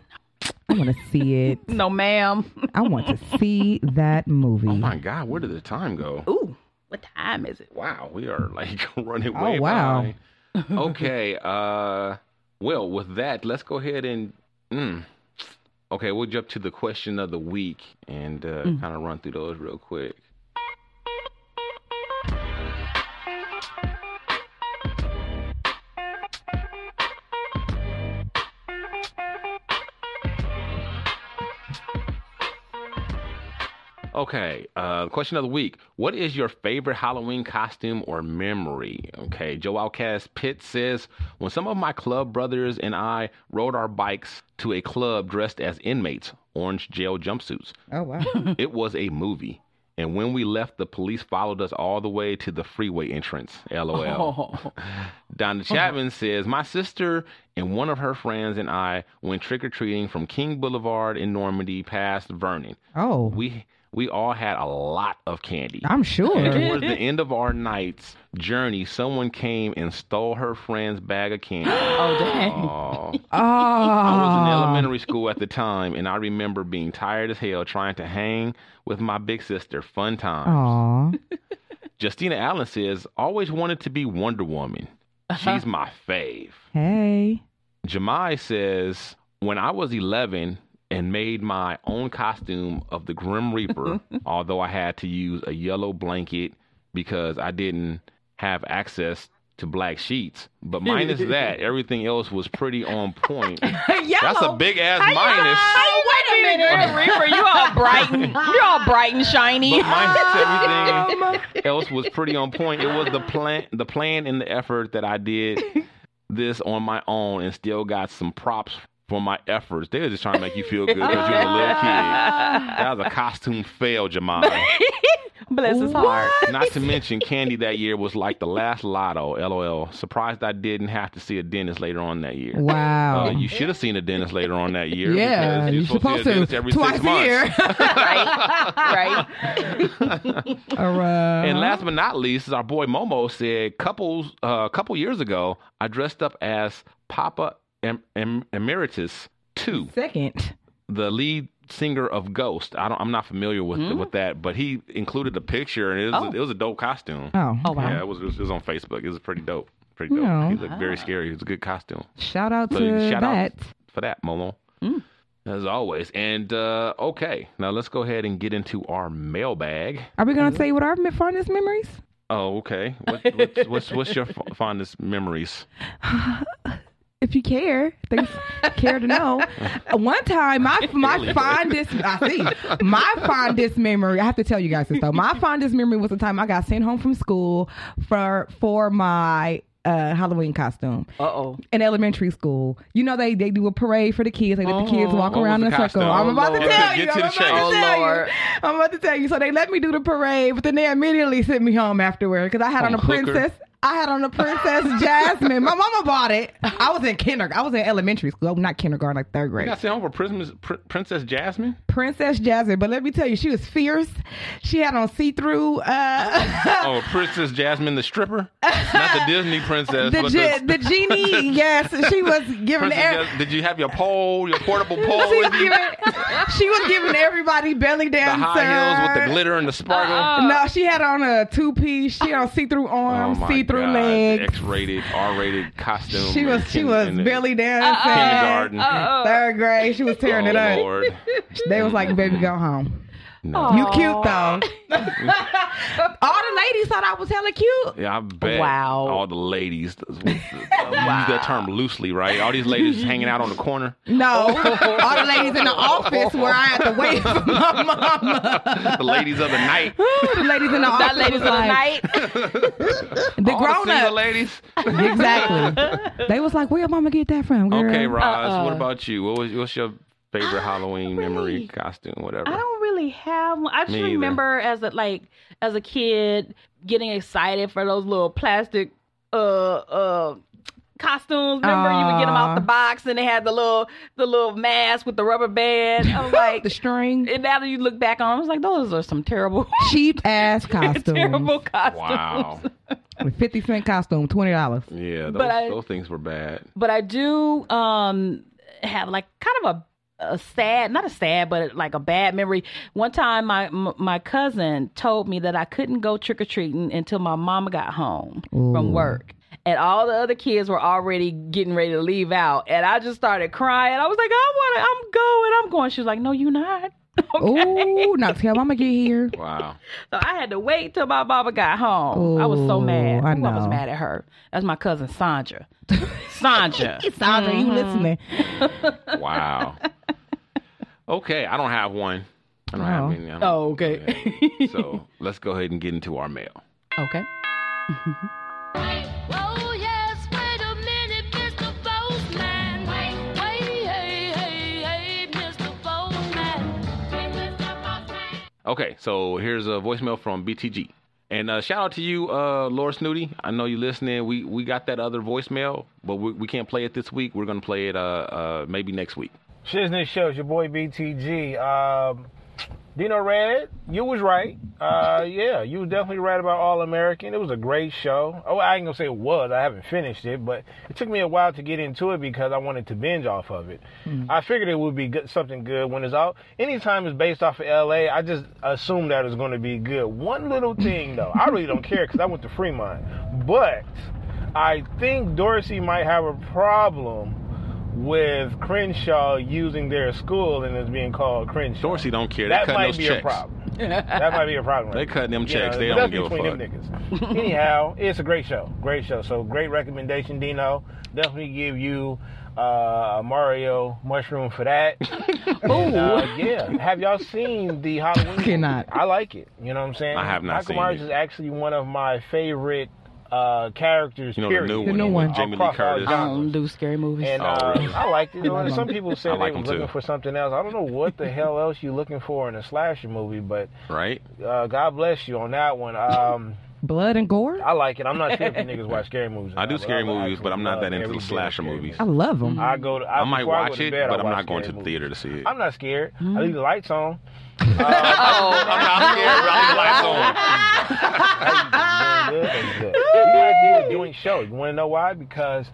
I want to see it.
no, ma'am. *laughs*
I want to see that movie.
Oh my God, where did the time go?
Ooh, what time is it?
Wow, we are like *laughs* running
Oh,
way
wow.
behind. Okay, uh, well, with that, let's go ahead and. Mm, okay, we'll jump to the question of the week and uh, kind of run through those real quick. Okay, uh, question of the week. What is your favorite Halloween costume or memory? Okay, Joe Outcast Pitt says, When some of my club brothers and I rode our bikes to a club dressed as inmates, orange jail jumpsuits,
Oh wow.
it was a movie. And when we left, the police followed us all the way to the freeway entrance. LOL. *laughs* Donna Chapman says, My sister and one of her friends and I went trick or treating from King Boulevard in Normandy past Vernon.
Oh,
We we all had a lot of candy.
I'm
And
sure.
towards the end of our night's journey, someone came and stole her friend's bag of candy.
Oh, dang. *laughs*
Aw. I was in
Oh,
elementary school at the time, and I remember being tired as hell trying to hang with my big sister. Fun time.
Aw.
Justina Allen says, always wanted to be Wonder Woman. She's my fave.
Hey.
Jemai says, when I was 11 and made my own costume of the Grim Reaper, although I had to use a yellow blanket because I didn't have access to black sheets. But minus that, everything else was pretty on point. That's
*laughs*
a big ass minus.
Oh, wait a minute, Reaper, you all bright *laughs* and you all bright and shiny.
But minus everything else was pretty on point. It was the plan, the plan, and the effort that I did this on my own, and still got some props for my efforts. They were just trying to make you feel good because you're a little
*laughs*
kid. That was a costume fail, Jemima.
Bless his heart.
Not to mention, candy that year was like the last lotto. LOL. Surprised I didn't have to see a dentist later on that year. Uh,
Wow.
you should have seen a dentist later on that year.
yeah,
because
you're
see
supposed
a
to
dentist every
twice
six
a
months.
year.
*laughs* right, right.
All right.
*laughs* And last but not least, is our boy Momo said, couples uh, a couple years ago, I dressed up as Papa em- em- Emeritus Two,
second.
the lead singer of Ghost. I don't, I'm not familiar with
Hmm?
with that, but he included a picture, and it was, it was a dope costume.
Oh,
Oh wow.
Yeah, it was, it was it was on Facebook. It was pretty dope. Pretty dope.
No.
He looked very scary. It was a good costume
shout out
So,
Ah. to
shout out.
that. Hmm.
for that, Momo. As always. And uh, okay, now let's go ahead and get into our mailbag.
Are we gonna say what our mi- fondest memories?
Oh, okay. What,
*laughs*
what's, what's what's your f- fondest memories?
If you care, thanks. care to know. One time, my my fondest, I see my fondest memory. I have to tell you guys this though. My fondest memory was the time I got sent home from school for for my uh, Halloween costume.
Uh oh.
in elementary school. You know they they do a parade for the kids. They let the kids walk
What
around
was
in a
the
circle.
Uh-huh. costume? Oh,
I'm about to
Lord.
tell
Get
you.
to
I'm
the
about
chase.
Oh,
to tell
Lord.
you. I'm about to tell you. So they let me do the parade, but then they immediately sent me home afterward because I had on
Oh,
a
hooker.
princess. I had on
*laughs*
a princess Jasmine. My mama bought it. I was in kindergarten. I was in elementary school, not kindergarten, like third grade.
You got sent home for Prism- Pr- Princess Jasmine?
Princess Jasmine. But let me tell you, she was fierce. She had on see-through. Uh, *laughs*
Oh, Princess Jasmine the stripper? Not the Disney princess,
the,
but
ge-
the,
the
*laughs*
genie. Yes, she was giving
Princess
air.
Jas- Did you have your pole, your
*laughs*
portable pole
she,
with
was
you? The
giving, she was giving everybody belly dancer. Uh,
high heels with the glitter and the sparkle?
No, she had on a two piece. She had on see through
Oh
arms, see through Oh, legs.
X-rated, R-rated costume.
She was
in
she
kin-
was
in the
belly
Kindergarten.
dancing. Third grade, she was tearing
oh,
it up. *laughs*
Lord.
They was like, "Baby, go home."
No.
You cute though. All the ladies thought I was hella cute.
Yeah, I bet.
Wow.
All the ladies. I Use that term loosely, right? All these ladies hanging out on the corner.
*laughs* No,
Oh.
all the ladies in the office where I had to wait for my mama.
The ladies of the night.
the ladies in the office,
*laughs* That ladies of
was
the
like,
night.
the
All
grown
the single
up.
ladies.
*laughs*
Exactly. they was like, "Where your mama get that from?" Girl?
Mm, uh-uh.
Okay, Roz. What about you? What was what's your favorite Halloween memory costume, whatever.
I don't really have one. I just
Me either.
remember as a like as a kid getting excited for those little plastic uh uh costumes. Remember you would get them out the
Aw.
box and they had the little the little mask with the rubber band. *laughs* I was like
the string.
And now that you look back on, them, I was like, those are some terrible, *laughs*
Cheap ass costume.
terrible costumes.
Wow.
Fifty cent costume, twenty dollars.
Yeah, those,
But I-
those things were bad.
but I do um have like kind of a a sad not a sad but like a bad memory one time my m- my cousin told me that I couldn't go trick or treating until my mama got home from work and all the other kids were already getting ready to leave out and I just started crying I was like I want to I'm going I'm going she was like no you're not
Ooh, not tell mama get here.
*laughs*
Wow.
so I had to wait till my mama got home I was so
Ooh,
mad
I
Ooh, I was
know.
mad at her that's my cousin Sandra
*laughs*
Sandra
Sandra,
Mm-hmm.
you listening?
Wow. okay, I don't have one. I don't have any. I don't-
oh okay
*laughs*
So let's go ahead and get into our mail.
okay
Oh yes, wait a minute, Mr. Postman. Wait, wait, hey, hey, hey, Mr. Postman. Hey, Mr. Postman.
Okay, so here's a voicemail from BTG. And uh, shout out to you, uh, Laura Snooty. I know you listening. We we got that other voicemail, but we, we can't play it this week. We're gonna play it uh, uh, maybe next week.
Shiznit Show, it's your boy BTG. Um, Dino Red, you was right. Uh, yeah, you was definitely right about All American. It was a great show. Oh, I ain't gonna say it was. I haven't finished it, but it took me a while to get into it because I wanted to binge off of it. I figured it would be good, something good when it's out. Anytime it's based off of LA, I just assume that it's going to be good. One little thing though, I really don't care because I went to Fremont, but I think Dorsey might have a problem with Crenshaw using their school and it's being called Crenshaw.
Dorsey don't care. They
That
cutting
might
those
be
checks.
a problem.
*laughs*
that might be a problem.
They cutting them
You
checks.
know,
They
but
don't
that's
give a
between them
*laughs*
niggas. Anyhow, it's a great show. Great show. So great recommendation, Dino. Definitely give you uh, Mario mushroom for
*laughs*
that. And, uh, yeah. Have y'all seen the Halloween?
Cannot.
I like it. You know what I'm saying?
I have not
Michael
seen
Myers
it.
is actually one of my favorite uh, characters.
You know, the
period.
new The one new with one. Jamie Lee
Across all
Curtis.
I don't do scary movies.
and
Oh,
uh,
really?
I liked it. Well, Some people say
I
they
like
were
'em,
looking
too.
for something else. I don't know what the hell else you're looking for in a slasher movie, but
Right?
uh, God bless you on that one. Um,
Blood and gore.
I like it. I'm not sure if you niggas watch scary movies. or
I
not,
do
but
scary
I actually
movies, but I'm not
love
that into
every
the
damn
slasher
scary
movies.
I love them.
movie. I go. To, I,
I might
before I go
watch
to
it,
bed, I
but I'm
watch
not going to
scary
the
movies.
theater to see it.
I'm not scared.
Hmm.
I leave the lights
*laughs*
on. Uh, Doing good, doing good. You gotta do a joint show. You want to know why? Because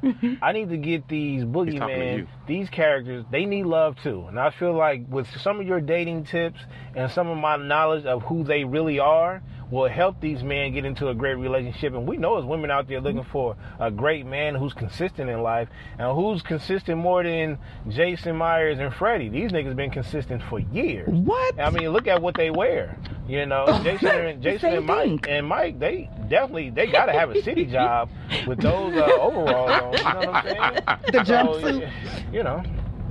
I need to get
*laughs*
these
talking to
boogeyman,
you.
these characters. They need love too, and I feel like with some of your dating tips and some of my knowledge of who they really are, will help these men get into a great relationship. And we know as women out there looking for a great man who's consistent in life and who's consistent more than Jason Myers and Freddie. These niggas been consistent for years.
What?
I mean, look at what they wear. You
*laughs*
know, Jason and Jason
Same
and Mike
thing.
and Mike, they definitely they gotta have a
*laughs*
city job with those uh, overalls on. You know what I'm saying?
*laughs* The
So, *laughs* you know,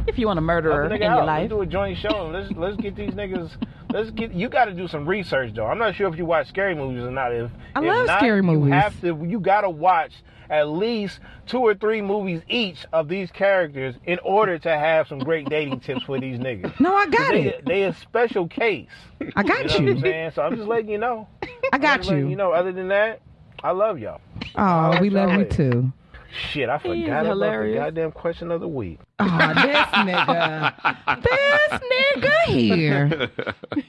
If you want a
help
murderer
a
in
nigga
your
out. Let's
life,
do a joint show and let's let's get these niggas. Let's get you got to do some research though. I'm not sure if you watch scary movies or not. If
I
if
love
not,
scary movies.
you have to. You gotta watch at least two or three movies each of these characters in order to have some great dating tips for these niggas.
No, I got
They,
it.
they a special case.
I
You
got
know what I'm
you.
saying? So I'm just letting you know.
I
I'm
got
just letting
you.
You know, other than that, I love y'all.
Oh, we love you
Alright.
too.
Shit, I
He is
forgot about the
hilarious.
goddamn question of the week.
Oh, this nigga. this nigga here.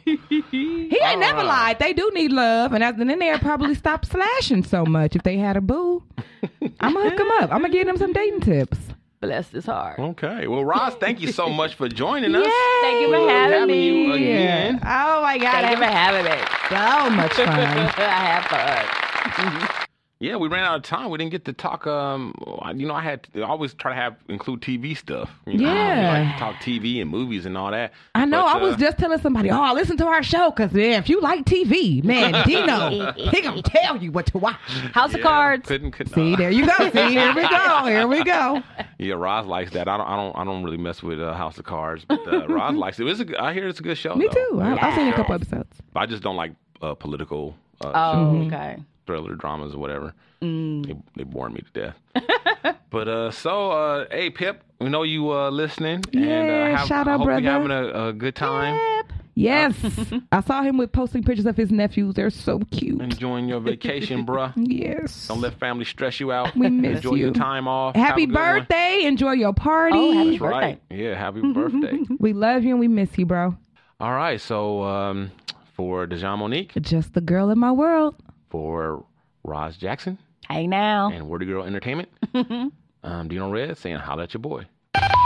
He ain't never lied. They do need love. And as- and then they'll probably stop slashing so much if they had a boo. I'm going to hook them up. I'm going to give them some dating tips.
bless his heart.
Okay. Well, Ross, thank you so much for joining us.
Thank you for
We're
having
having
me.
you again.
Oh, my God.
Thank you for Oh,
That
having me.
was so much
*laughs* I
fun.
have fun.
Yeah, we ran out of time. We didn't get to talk. Um, you know, I had I always try to have include TV stuff. You know,
Yeah.
we like to talk TV and movies and all that.
I know.
But,
I was
uh,
just telling somebody, oh, listen to our show because if you like TV, man,
*laughs*
Dino, he going to tell you what to watch.
House of Cards.
Couldn't, couldn't.
See, there you go. See, here we go. Here we go.
Yeah, Roz likes that. I don't. I don't. I don't really mess with uh, House of Cards, but uh, Roz likes it. It's a, good- I hear it's a good show.
*laughs* Me
though.
too. I, I've seen a couple
Of-
episodes.
I just don't like uh, political. Uh,
Oh, okay.
thriller dramas or whatever.
Mm.
They, they bore me to death. *laughs* but uh, so uh, hey Pip, we know you uh listening, and
Yeah,
uh, have,
shout out,
I hope
brother.
you're having a, a good time,
Yes,
*laughs*
I saw him with posting pictures of his nephews. They're so cute.
enjoying your vacation, bruh.
Yes.
Mm. Don't let family stress you out.
We miss
Enjoy
you.
your time off. Have
Happy
a good one. Oh,
birthday! Enjoy your party.
Oh,
That's right. Yeah, happy birthday.
we love you and we miss you, bro.
All right, so um, for Dejan Monique,
Just the girl in my world.
for Roz Jackson,
Hey now.
and Wordy Girl Entertainment, um, Dino Red saying, holla at your boy.